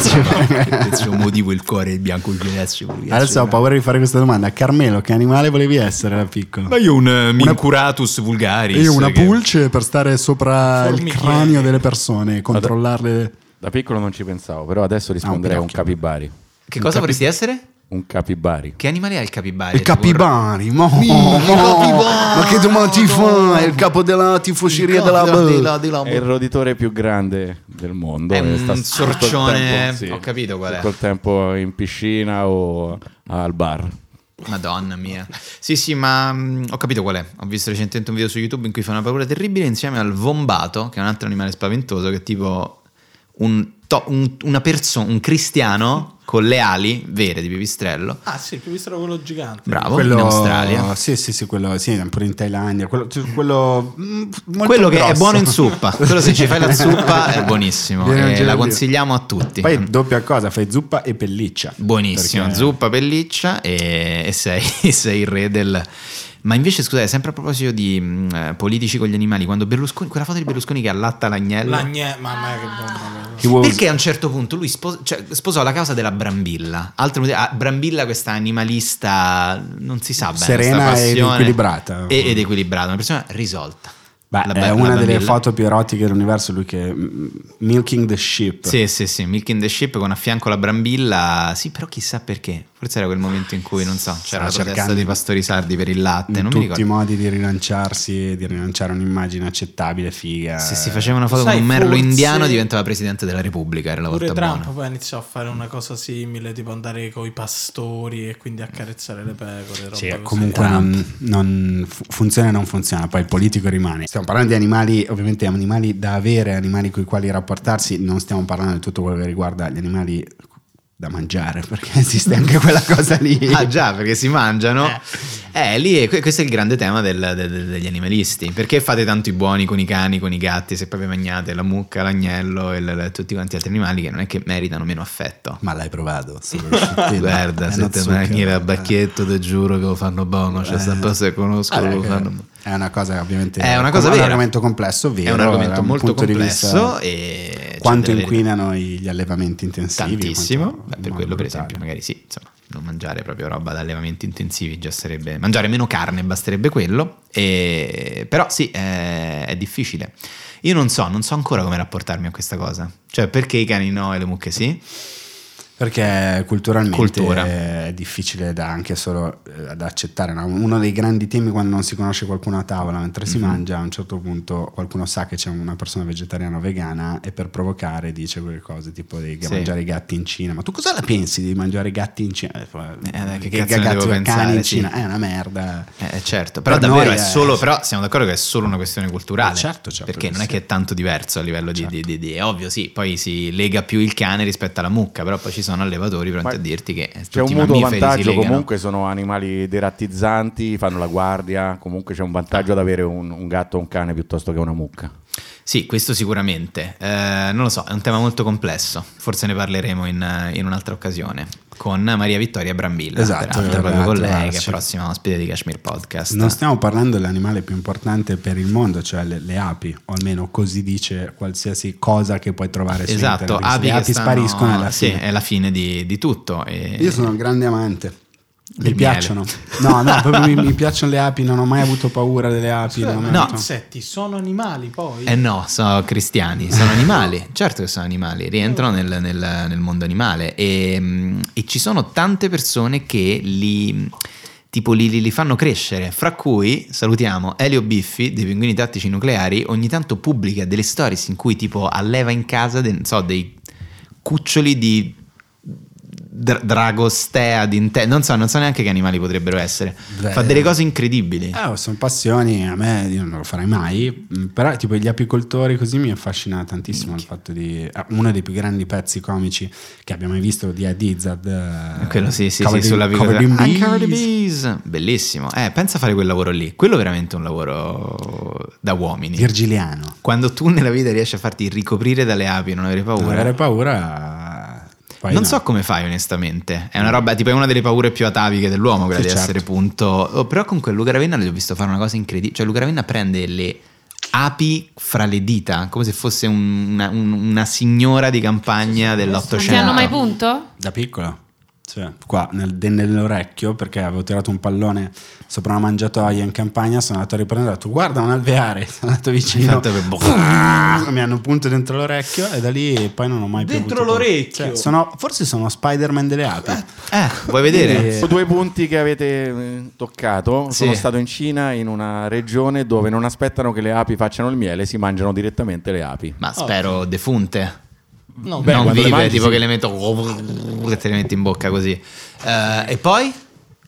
per suo motivo il cuore è bianco il Lazio.
adesso ho paura di fare questa domanda. Carmelo, che animale volevi essere da piccolo?
Ma io un eh, Mincuratus vulgaris.
Io una
che-
pulce per stare sopra il
Formichini.
cranio delle persone, controllarle.
Da piccolo non ci pensavo, però adesso risponderei a un
pidocchio.
capibari.
Che cosa vorresti essere?
Un capibari.
Che animale è il capibari?
Il capibari, mo, mo, ma che domani ti fa? È il capo della tifoseria della
È il roditore più grande del mondo.
È
e
un
sta tutto il
sorcione, eh.
tempo-
ho capito qual è.
Tutto il tempo in piscina o al bar.
Madonna mia. Sì, sì, ma mh, ho capito qual è. Ho visto recentemente un video su YouTube in cui fa una paura terribile insieme al vombato, che è un altro animale spaventoso, che è tipo un, to- un- una persona, un cristiano con le ali vere di pipistrello.
Ah sì, più visto quello gigante.
Bravo, in Australia.
Sì, sì, sì, quello, sì, pure in Thailandia. Quello, cioè, quello, mm, molto
Quello che è
grosso.
buono in suppa. Quello se ci fai la zuppa eh. è buonissimo.
eh. Viene un
e la
gelino.
consigliamo a tutti.
Poi doppia cosa, fai zuppa e pelliccia.
Buonissimo,
Perché-
zuppa, pelliccia e, e sei, sei il re del... Ma invece, scusate, sempre a proposito di mh, eh, politici con gli animali, quando Berlusconi, quella foto di Berlusconi che allatta l'agnello...
L'agne... Mamma mia che bomba.
He was-
Perché a un certo punto lui spos- cioè, sposò la causa della Brambilla? Altro motivo- ah, Brambilla, questa animalista, non si sa bene.
Serena
sta
ed
passione.
equilibrata.
E- ed equilibrata, una persona risolta.
Beh,
La
è
la
una delle
Brambilla.
foto più erotiche dell'universo, lui che mm, Milking the Ship.
Sì, sì, sì, Milk in the Ship con a fianco la Brambilla. Sì, però chissà perché. Forse era quel momento in cui, non so, c'era
Stava
la protesta
cercando
dei pastori sardi per il latte,
in
non mi
tutti i
ricordo.
modi di rilanciarsi e di rilanciare un'immagine accettabile, figa.
Se si faceva una foto
Sai,
con un merlo
forse-
indiano diventava presidente della Repubblica, era la
Pure
volta
Trump
buona.
poi iniziò a fare una cosa simile, tipo andare con i pastori e quindi accarezzare le pecore. roba
Sì,
così. Ah,
comunque non, non fu- funziona e non funziona, poi il politico rimane. Stiamo parlando di animali, ovviamente animali da avere, animali con i quali rapportarsi, non stiamo parlando di tutto quello che riguarda gli animali da mangiare, perché esiste anche quella cosa lì.
Ah già, perché si mangiano. Eh, lì è- que- questo è il grande tema del- de- de- degli animalisti. Perché fate tanto i buoni con i cani, con i gatti, se poi vi mangiate la mucca, l'agnello e le- le- tutti quanti gli altri animali che non è che meritano meno affetto.
Ma l'hai provato?
Guarda,
Eh,
se te mangi la bacchetto, te giuro che lo fanno buono. Cioè, sta cosa che conosco, lo fanno buono.
Eh. È una cosa che ovviamente
È una cosa
un
vera.
argomento complesso, vero?
È un
da
argomento molto
punto di
complesso
vista-
e c'è
quanto
delle-
inquinano i- gli allevamenti intensivi?
tantissimo.
quanto-
Beh, per
ma
quello, per
brutale.
esempio, magari sì, insomma, non mangiare proprio roba da allevamenti intensivi già sarebbe mangiare meno carne, basterebbe quello. E- Però sì, è... è difficile. Io non so, non so ancora come rapportarmi a questa cosa. Cioè, perché i cani no e le mucche sì?
Perché culturalmente
Cultura.
è difficile da anche solo eh, da accettare. no? Uno dei grandi temi quando non si conosce qualcuno a tavola mentre
Mhm.
si mangia, a un certo punto qualcuno sa che c'è una persona vegetariana o vegana e per provocare dice quelle cose tipo di
Sì.
mangiare i gatti in Cina. Ma tu cosa la pensi di mangiare i gatti in Cina? Eh,
dai, che
che
cazzo ne
cazzo
devo
cani
pensare,
in
sì.
Cina? È una merda.
Eh, certo, però
Per
davvero
noi
è
è-
solo, però siamo d'accordo che è solo una questione culturale.
Eh, certo, certo
Perché
che
non è
sì. Certo.
che è tanto diverso a livello di, di- di- di- È ovvio, sì, poi si lega più il cane rispetto alla mucca, però poi ci sono allevatori pronti
Ma
a dirti che eh, tutti
C'è un
i
mutuo
mammiferi si
vantaggio,
legano.
comunque sono animali derattizzanti, fanno la guardia, comunque c'è un vantaggio
Ah.
ad avere un, un gatto o un cane piuttosto che una mucca.
Sì, questo sicuramente. Eh, non lo so, è un tema molto complesso. Forse ne parleremo in, in un'altra occasione con Maria Vittoria Brambilla,
Esatto,
peraltro, proprio
dobbiamo
con lei, che è
trovarci.
prossima ospite di Kashmir Podcast.
Non stiamo parlando dell'animale più importante per il mondo, cioè le, le api, o almeno così dice qualsiasi cosa che puoi trovare su
Esatto,
internet. perché
api
le
che
api
stanno-
spariscono alla
sì,
fine.
è la fine di, di tutto. e-
Io sono un grande amante. Mi
Del
piacciono. No, no, proprio mi, mi piacciono le api, non ho mai avuto paura delle api.
Scusa,
non ho
ma
mai
No.
gli
avuto-
insetti sono animali poi.
Eh no, sono cristiani, sono animali, certo che sono animali, rientrano nel, nel- nel mondo animale e, mm, e ci sono tante persone che li, tipo, li, li- li fanno crescere, fra cui salutiamo Elio Biffi dei Pinguini Tattici Nucleari, ogni tanto pubblica delle stories in cui tipo alleva in casa de- non so, dei cuccioli di... dra- Dragostea, d'inte- non so, non so neanche che animali potrebbero essere.
Beh.
Fa delle cose incredibili.
Ah, oh, sono passioni, a me io non lo farei mai, mh, però tipo gli apicoltori così mi affascina tantissimo il fatto di... ah, Uno dei più grandi pezzi comici che abbiamo mai visto di Adizad. eh,
Quello sì, sì,
Covered
sì,
in-
sulla
Covered in
Ah,
Bees.
Covered in Bees. Bellissimo. Eh, pensa a fare quel lavoro lì. Quello è veramente un lavoro da uomini.
Virgiliano.
Quando tu nella vita riesci a farti ricoprire dalle api e non avere paura.
Non avere paura... poi
non
no.
so come fai onestamente, è una roba, tipo è una delle paure più ataviche dell'uomo, quella
Sì,
di
certo.
essere punto... oh, però con quel Luca Ravenna gli ho visto fare una cosa incredibile, cioè Luca Ravenna prende le api fra le dita, come se fosse un- una, un- una signora di campagna
Non
dell'Ottocento.
ti hanno mai punto?
Da piccolo? Sì. Qua nel- de- nell'orecchio perché avevo tirato un pallone sopra una mangiatoia in campagna. Sono andato a riprendere e ho detto: Guarda un alveare. Sono andato vicino. Ah,
Hai fatto per
Mi hanno punto dentro l'orecchio e da lì poi non ho mai più.
Dentro
avuto-
l'orecchio?
Cioè, sono- forse sono Spider-Man delle api.
Eh, vuoi vedere?
I due punti che avete eh, toccato,
Sì.
sono stato in Cina in una regione dove non aspettano che le api facciano il miele, si mangiano direttamente le api.
Ma spero defunte.
No,
Beh,
non
quando le
vive,
mangi,
tipo
sì.
che le metto che te le metti in bocca così. Eh, e poi?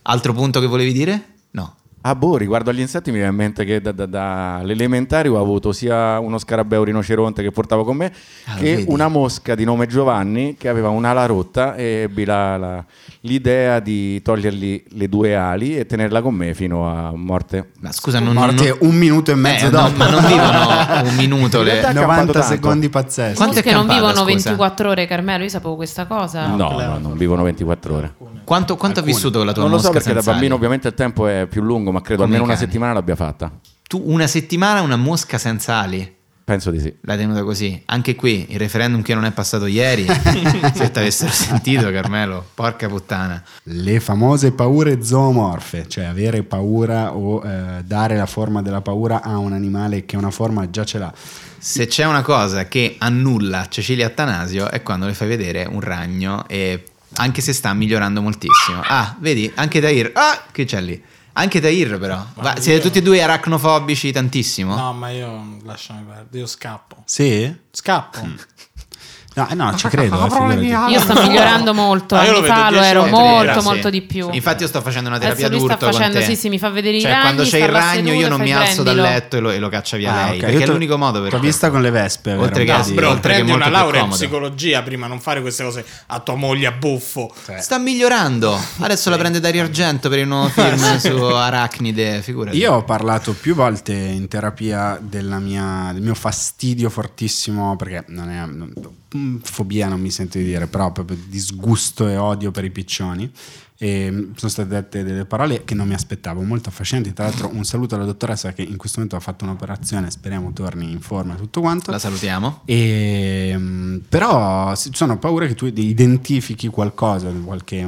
Altro punto che volevi dire? No.
Ah boh, riguardo agli insetti mi viene in mente che da, da- dall'elementare ho avuto sia uno scarabeo rinoceronte che portavo con me
Ah, lo
che
vedi?
una mosca di nome Giovanni che aveva un'ala rotta e ebbi la- la- l'idea di togliergli le due ali e tenerla con me fino a morte.
Ma scusa, non...
Morte
non-
un minuto e mezzo
eh, no,
dopo.
ma non vivono un minuto
In realtà
le...
è cambiato
90
tanto.
secondi pazzeschi.
Quanto è
che non
campata,
vivono
scusa?
24 ore, Carmelo, io sapevo questa cosa.
Ah,
No, no, non vivono 24 ore.
Quanto, quanto ha vissuto con la tua
Non lo so
mosca
perché da
senza
bambino
ali?
ovviamente il tempo è più lungo, ma credo
Come i
almeno una
cani.
settimana l'abbia fatta.
Tu una settimana una mosca senza ali?
Penso di sì.
L'hai tenuta così? Anche qui, il referendum che non è passato ieri, se t'avessero sentito Carmelo, porca puttana.
Le famose paure zoomorfe, cioè avere paura o eh, dare la forma della paura a un animale che una forma già ce l'ha.
Se c'è una cosa che annulla Cecilia Attanasio è quando le fai vedere un ragno e Anche se sta migliorando moltissimo. Ah, vedi, anche Tahir. Ah, che c'è lì? Anche Tahir però. Va-
io-
siete tutti e due aracnofobici tantissimo?
No, ma io lasciami perdere, io scappo.
Sì?
Scappo.
Mm. No, eh, no, ci credo. eh, figurati.
Io sto migliorando molto.
Ah, io lo
Anni
vedo
fa lo
dieci
ero
volte
molto,
Grazie.
molto di più.
Eh, Infatti, io sto facendo una terapia
Adesso lui sta
d'urto. con te.
facendo, sì, sì, mi fa vedere i
Cioè,
ragni,
quando c'è il
sta là
ragno,
seduto
io
e
non
fai,
mi alzo dal
"Prendilo".
letto e lo, e lo caccia via
Ah,
lei.
ok.
Perché
Io
è
te-
l'unico modo per
T'ho vista con le vespe, vero?
Oltre che-
No,
Ragazzi,
bro,
Ah, oltre che
prendi
molto
una
più
laurea in
comodo.
psicologia prima, non fare queste cose a tua moglie a buffo.
Sta migliorando. Adesso la prende Dario Argento per il nuovo film su Arachnide. Figurati.
Io ho parlato più volte in terapia della mia- del mio fastidio fortissimo, perché non è non- mm, fobia, non mi sento di dire, però proprio disgusto e odio per i piccioni. E mm, sono state dette delle parole che non mi aspettavo, molto affascinanti. Tra l'altro, un saluto alla dottoressa che in questo momento ha fatto un'operazione, speriamo torni in forma e tutto quanto.
la salutiamo.
E, mm, però s- sono paura che tu identifichi qualcosa, qualche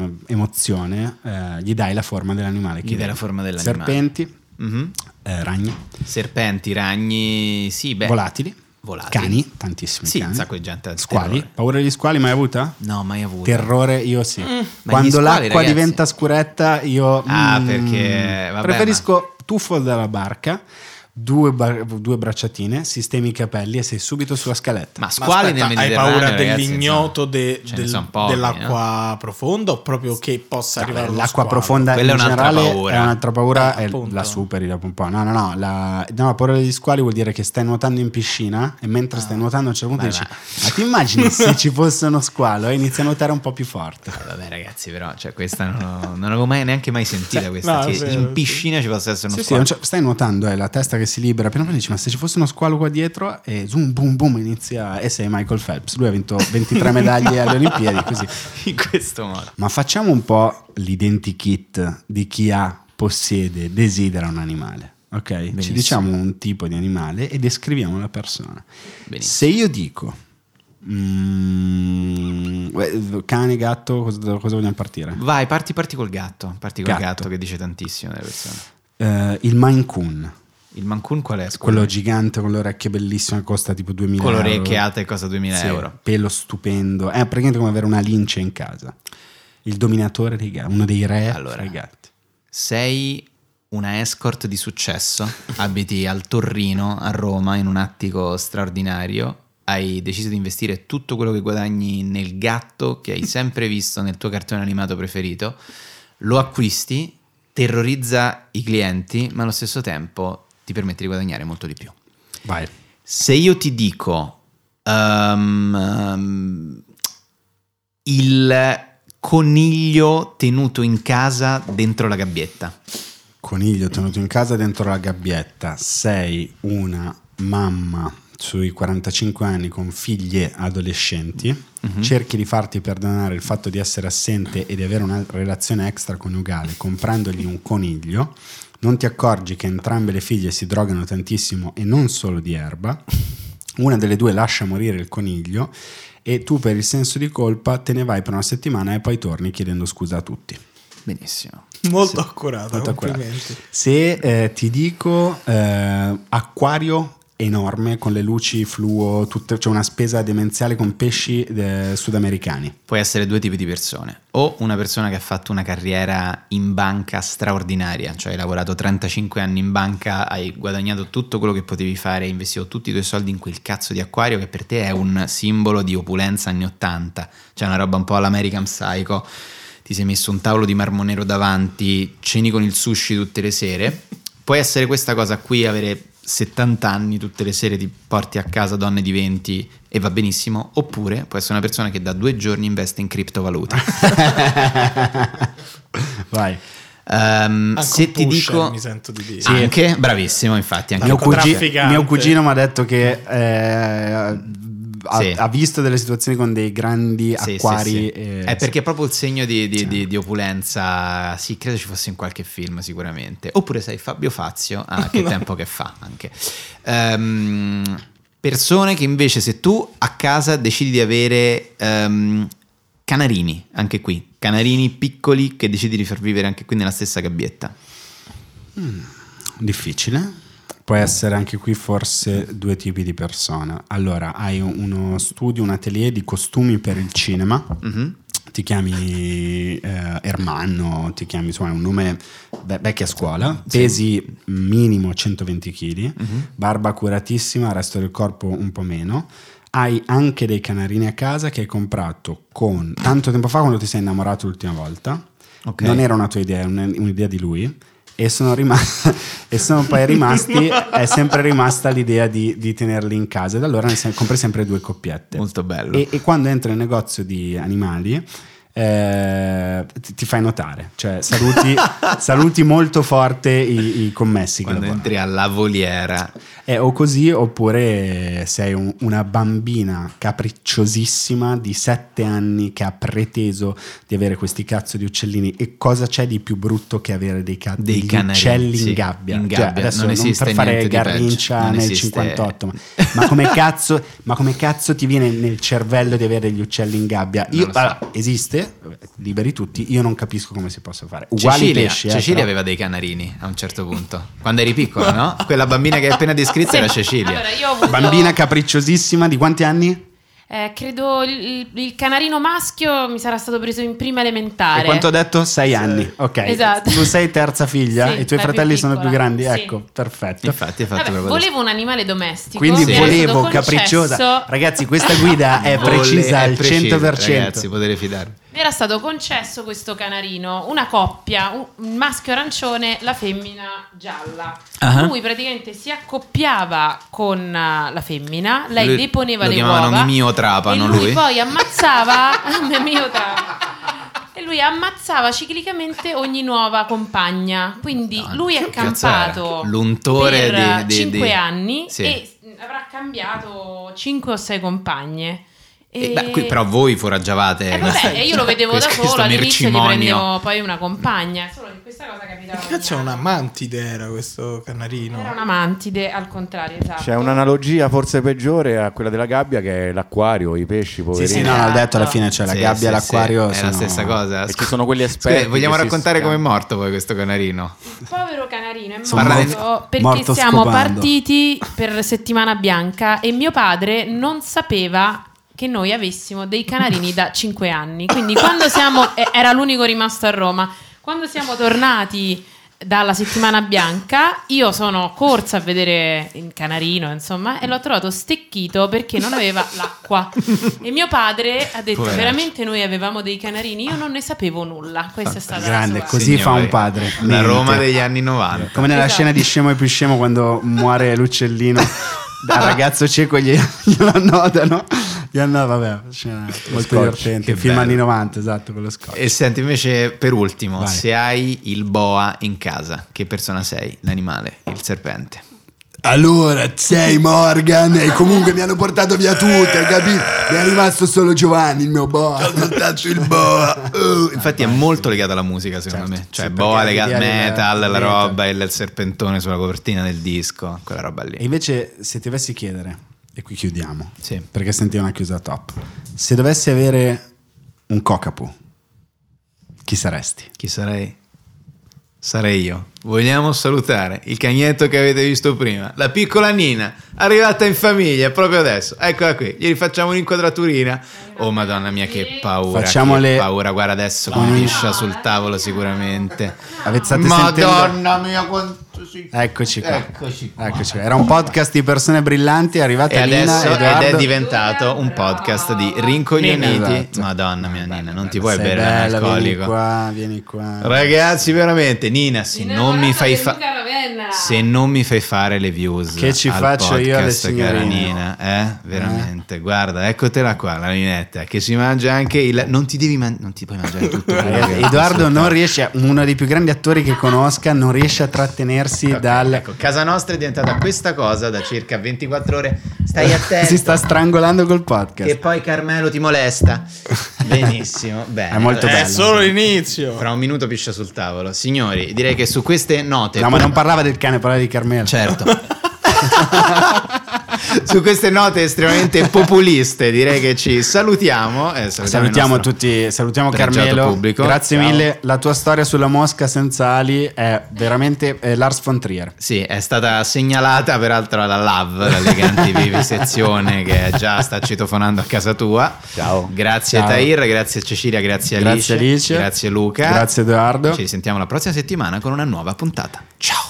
emozione, eh, gli dai la forma dell'animale.
Gli
Chi-
dai la forma dell'animale.
Serpenti,
Mhm.
eh, ragni,
Serpenti, ragni, sì, beh.
volatili,
Volatili.
cani, tantissimi
Sì,
cani.
un sacco di gente ha
Squali,
terrore.
paura degli squali mai avuta?
No, mai avuto.
Terrore io sì.
gli
Quando
squali,
l'acqua
ragazzi.
diventa scuretta io...
Ah,
mm,
perché- vabbè,
preferisco tuffo dalla barca, due, bar- due bracciatine, sistemi i capelli e sei subito sulla scaletta.
Ma
Ma
squali
aspetta,
nel
hai
Mediterraneo,
paura
ragazzi,
dell'ignoto de-
ce ne
del-
son pochi, eh. Cioè,
dell'acqua profonda o proprio che possa
Vabbè,
arrivare
l'acqua
l'acqua
profonda
Quella è
in
un'altra
generale
paura.
è un'altra paura
Eh,
e
appunto.
la superi dopo un po'. No, no, no, la, no, la paura degli squali vuol dire che stai nuotando in piscina e mentre
Ah.
stai nuotando a un certo punto
Beh,
dici "Ma ti immagini se ci fosse uno squalo?" e inizi a nuotare un po' più forte.
no? Eh, Vabbè, ragazzi, però, cioè, questa non, ho- non avevo mai neanche mai sentita.
Eh,
questa
no,
che
sì,
in
sì.
piscina ci possa essere uno
Sì, sì,
squalo.
non c'è- stai nuotando, è la testa che si libera, piano piano dici "Ma se ci fosse uno squalo qua dietro?" e zoom boom boom inizia e sei Michael Phelps. Lui ha vinto 23 medaglie alle Olimpiadi, così.
in questo modo.
Ma facciamo un po' l'identikit di chi ha, possiede, desidera un animale. Ok? Ci diciamo un tipo di animale e descriviamo la persona.
Benissimo.
Se io dico mm, eh, cane, gatto, cosa, da cosa vogliamo partire?
Vai, parti, parti col gatto. Parti col
Gatto.
gatto, che dice tantissimo delle persone.
Eh, il Maine Coon,
Il Mancun qual è? scusa?
quello gigante con le orecchie bellissime, costa tipo 2000
con
euro.
l'orecchia alta e costa 2000
Sì,
euro.
Pelo stupendo. È praticamente come avere una lince in casa. Il dominatore dei gatti, uno dei re
Allora.
fra i gatti.
Sei una escort di successo, abiti al Torrino, a Roma, in un attico straordinario, hai deciso di investire tutto quello che guadagni nel gatto che hai sempre visto nel tuo cartone animato preferito, lo acquisti, terrorizza i clienti, ma allo stesso tempo ti permette di guadagnare molto di più.
Vai.
Se io ti dico ehm, ehm, il coniglio tenuto in casa dentro la gabbietta,
Coniglio tenuto in casa dentro la gabbietta, sei una mamma sui 45 anni con figlie adolescenti, cerchi di farti perdonare il fatto di essere assente e di avere una relazione extraconiugale comprandogli un coniglio, non ti accorgi che entrambe le figlie si drogano tantissimo e non solo di erba, una delle due lascia morire il coniglio e tu per il senso di colpa te ne vai per una settimana e poi torni chiedendo scusa a tutti.
benissimo.
Molto accurata,
Molto accurata.
complimenti.
Mm,
Se eh, ti dico eh, acquario enorme con le luci fluo, tutte- c'è una spesa demenziale con pesci eh, sudamericani.
Puoi essere due tipi di persone, o una persona che ha fatto una carriera in banca straordinaria, cioè hai lavorato 35 anni in banca, hai guadagnato tutto quello che potevi fare, hai investito tutti i tuoi soldi in quel cazzo di acquario che per te è un simbolo di opulenza anni 80, cioè una roba un po' all'American Psycho, ti sei messo un tavolo di marmo nero davanti, ceni con il sushi tutte le sere, puoi essere questa cosa qui, avere 70 anni tutte le sere ti porti a casa donne di 20 e va benissimo, oppure può essere una persona che da due giorni investe in criptovaluta.
Vai.
Ehm,
Anche
se
un
ti
pusher,
dico
mi sento di dire.
anche bravissimo, infatti, anche
Mio,
un
cugi-
Narcotrafficante.
mio cugino mi ha detto che eh, ha,
Sì.
ha visto delle situazioni con dei grandi
Sì, sì,
acquari.
sì.
eh,
è perché è proprio il segno di, di- di- di opulenza. Sì, credo ci fosse in qualche film sicuramente. Oppure sei Fabio Fazio, ah, che tempo che fa anche. Ehm, persone che invece se tu a casa decidi di avere ehm, canarini, anche qui, canarini piccoli che decidi di far vivere anche qui nella stessa gabbietta.
Difficile. Può essere anche qui forse due tipi di persona. Allora, hai uno studio, un atelier di costumi per il cinema.
Mhm.
ti chiami eh, Ermanno, ti chiami insomma è un nome ve- vecchia scuola, pesi minimo 120 kg,
Mhm.
barba curatissima, resto del corpo un po' meno. Hai anche dei canarini a casa che hai comprato con tanto tempo fa quando ti sei innamorato l'ultima volta.
Ok.
Non era una tua idea, era un- un'idea di lui. E sono, rimasti, e sono poi rimasti, è sempre rimasta l'idea di, di tenerli in casa. E da allora ne sem- compri sempre due coppiette.
Molto bello.
E, e quando entri nel negozio di animali, eh, ti, ti fai notare, cioè saluti, saluti molto forte i, i commessi. Che
Quando
lavorano.
entri alla voliera,
Eh, o così, oppure sei un- una bambina capricciosissima di 7 anni che ha preteso di avere questi cazzo di uccellini. E cosa c'è di più brutto che avere dei, ca-
Dei
degli
canari,
uccelli
sì,
in gabbia?
in
Cioè,
gabbia,
adesso
non
non,
esiste
per fare
niente di peggio,
garrincia
non
nel
esiste-
58, ma, ma come cazzo, ma come cazzo ti viene nel cervello di avere degli uccelli in gabbia?
Non
Io,
lo so.
allora, esiste, liberi tutti, io non capisco come si possa fare. Uguali
Cecilia,
i pesci, eh,
Cecilia
però.
aveva dei canarini a un certo punto. Quando eri piccola, no? Quella bambina che hai appena descritto era Cecilia.
Allora, io ho avuto,
Bambina capricciosissima di quanti anni?
eh, credo il, il canarino maschio mi sarà stato preso in prima elementare.
E quanto ho detto? Sei anni. Eh, Ok.
Esatto.
Tu sei terza figlia,
Sì,
i tuoi
la più
fratelli sono più
piccola.
grandi.
Sì.
Ecco, perfetto.
Infatti, hai fatto
Vabbè,
proprio
volevo un animale domestico.
Quindi
mi era
volevo,
stato
capricciosa.
concesso-
Ragazzi, questa guida è
Volle-
precisa
è
al
precisa,
100%.
Ragazzi, potete fidarvi.
Mi era stato concesso questo canarino, una coppia, un un maschio arancione, la femmina gialla.
Ah.
Lui praticamente si accoppiava con eh, la femmina, lei
Lui-
deponeva
lo
le
chiamavano
uova.
Mimio Trapano,
e lui,
lui.
poi ammazzava Mimio Trapano. E lui ammazzava ciclicamente ogni nuova compagna. Quindi
Madonna,
lui è
che cazzo era?
campato
L'untore
per
di- di-
5
di-
anni
Sì.
e avrà cambiato 5 o 6 compagne.
E, Eh, beh, qui però voi foraggiavate.
Eh, vabbè, e io lo vedevo
questo-
da
questo
solo, all'inizio ti
mercimonio.
prendevo poi una compagna, solo che questa cosa capitava.
Che cazzo è
ogni
una
anno.
mantide era questo
Era
canarino?
una mantide, al contrario, esatto.
C'è un'analogia forse peggiore a quella della gabbia che è l'acquario, i pesci, poverini.
Sì, no, l'ho detto alla
Esatto.
fine, cioè la
Sì,
gabbia,
sì,
l'acquario.
sì, È
sono-
la stessa cosa.
E ci sono quelli esperti
Scusa, vogliamo
che si
raccontare
schian-
com'è morto poi questo canarino?
Il povero canarino è
Sono
morto,
morto-
perché
morto
siamo
scopando.
partiti per settimana bianca e mio padre non sapeva che noi avessimo dei canarini da 5 anni. Quindi quando siamo eh, era l'unico rimasto a Roma. Quando siamo tornati dalla settimana bianca, io sono corsa a vedere il canarino, insomma, e l'ho trovato stecchito perché non aveva l'acqua. E mio padre ha detto:
Poveraccio.
veramente noi avevamo dei canarini, io non ne sapevo nulla. Questa è stata
Grande,
la sua-
così fa un padre.
La
Niente.
Roma degli anni 90.
Come nella
Esatto.
scena di Scemo e più scemo quando muore l'uccellino dal ragazzo cieco gli, glielo annodano. Gli anno, vabbè, scena molto divertente.
che
Film
bello.
anni 90, esatto, quello scotch.
E senti, invece, per ultimo,
Vai.
se hai il boa in casa, che persona sei? L'animale, il serpente.
Allora, sei Morgan e comunque mi hanno portato via tutte, capito? Mi è rimasto solo Giovanni, il mio boa. Soltanto il boa.
Uh, infatti, è molto legata alla musica, secondo
Certo,
me. Cioè,
sì,
boa
perché
legato al
l'idea del-
metal, la
del metal.
roba, il, il serpentone sulla copertina del disco, quella roba
E
lì.
invece, se ti dovessi chiedere, e qui chiudiamo,
Sì.
perché sentiamo una chiusa top, se dovessi avere un cockapoo, chi saresti?
Chi sarei? Sarei io. Vogliamo salutare il cagnetto che avete visto prima, la piccola Nina, arrivata in famiglia proprio adesso. Eccola qui, gli rifacciamo un'inquadraturina. Oh madonna mia che paura,
Facciamole-
che paura, guarda adesso con liscia sul tavolo sicuramente.
Avete state sentendo-
Madonna mia quanto si...
Eccoci qua.
Eccoci qua.
Eccoci qua. Era un podcast di persone brillanti, è arrivata
E
Nina
adesso
Edoardo.
ed è diventato un podcast di
Nina,
rincoglioniti.
esatto.
Madonna mia Nina, non ti puoi
Sei
bere
bella, vieni
l'alcolico.
qua, vieni qua.
Ragazzi, veramente, Nina, se non mi fai fa-
Luca Ravenna.
se non mi fai fare le views
Che ci
al
faccio io alle
podcast, cara
signorine?
Nina, eh? Veramente, guarda, eccotela qua, la linetta che si mangia anche il non ti devi man- non ti puoi mangiare tutto. quello
Ragazzi,
che-
Edoardo non riesce, a- uno dei più grandi attori che conosca, non riesce a trattenersi dal...
Ecco, casa nostra è diventata questa cosa da circa 24 ore. Stai attento.
Si sta strangolando col podcast.
che poi Carmelo ti molesta. Benissimo, bene.
È molto
Eh,
È
bello.
solo l'inizio.
Fra un minuto piscia sul tavolo. Signori, direi che su queste note
No, ma non parlava del cane, parlava di Carmelo.
Certo. su queste note estremamente populiste direi che ci salutiamo. eh, salutiamo,
Salutiamo
il nostro-
tutti, salutiamo
pregiato
Carmelo.
pubblico.
Grazie
Ciao.
mille. La tua storia sulla mosca senza ali è veramente è Lars von Trier.
Sì, è stata segnalata peraltro alla LAV, la Leganti Vivi sezione che già sta citofonando a casa tua.
Ciao.
Grazie
Ciao.
Tahir, grazie Cecilia, grazie Alice,
Grazie Alice.
grazie Luca.
Grazie Edoardo.
Ci sentiamo la prossima settimana con una nuova puntata. Ciao.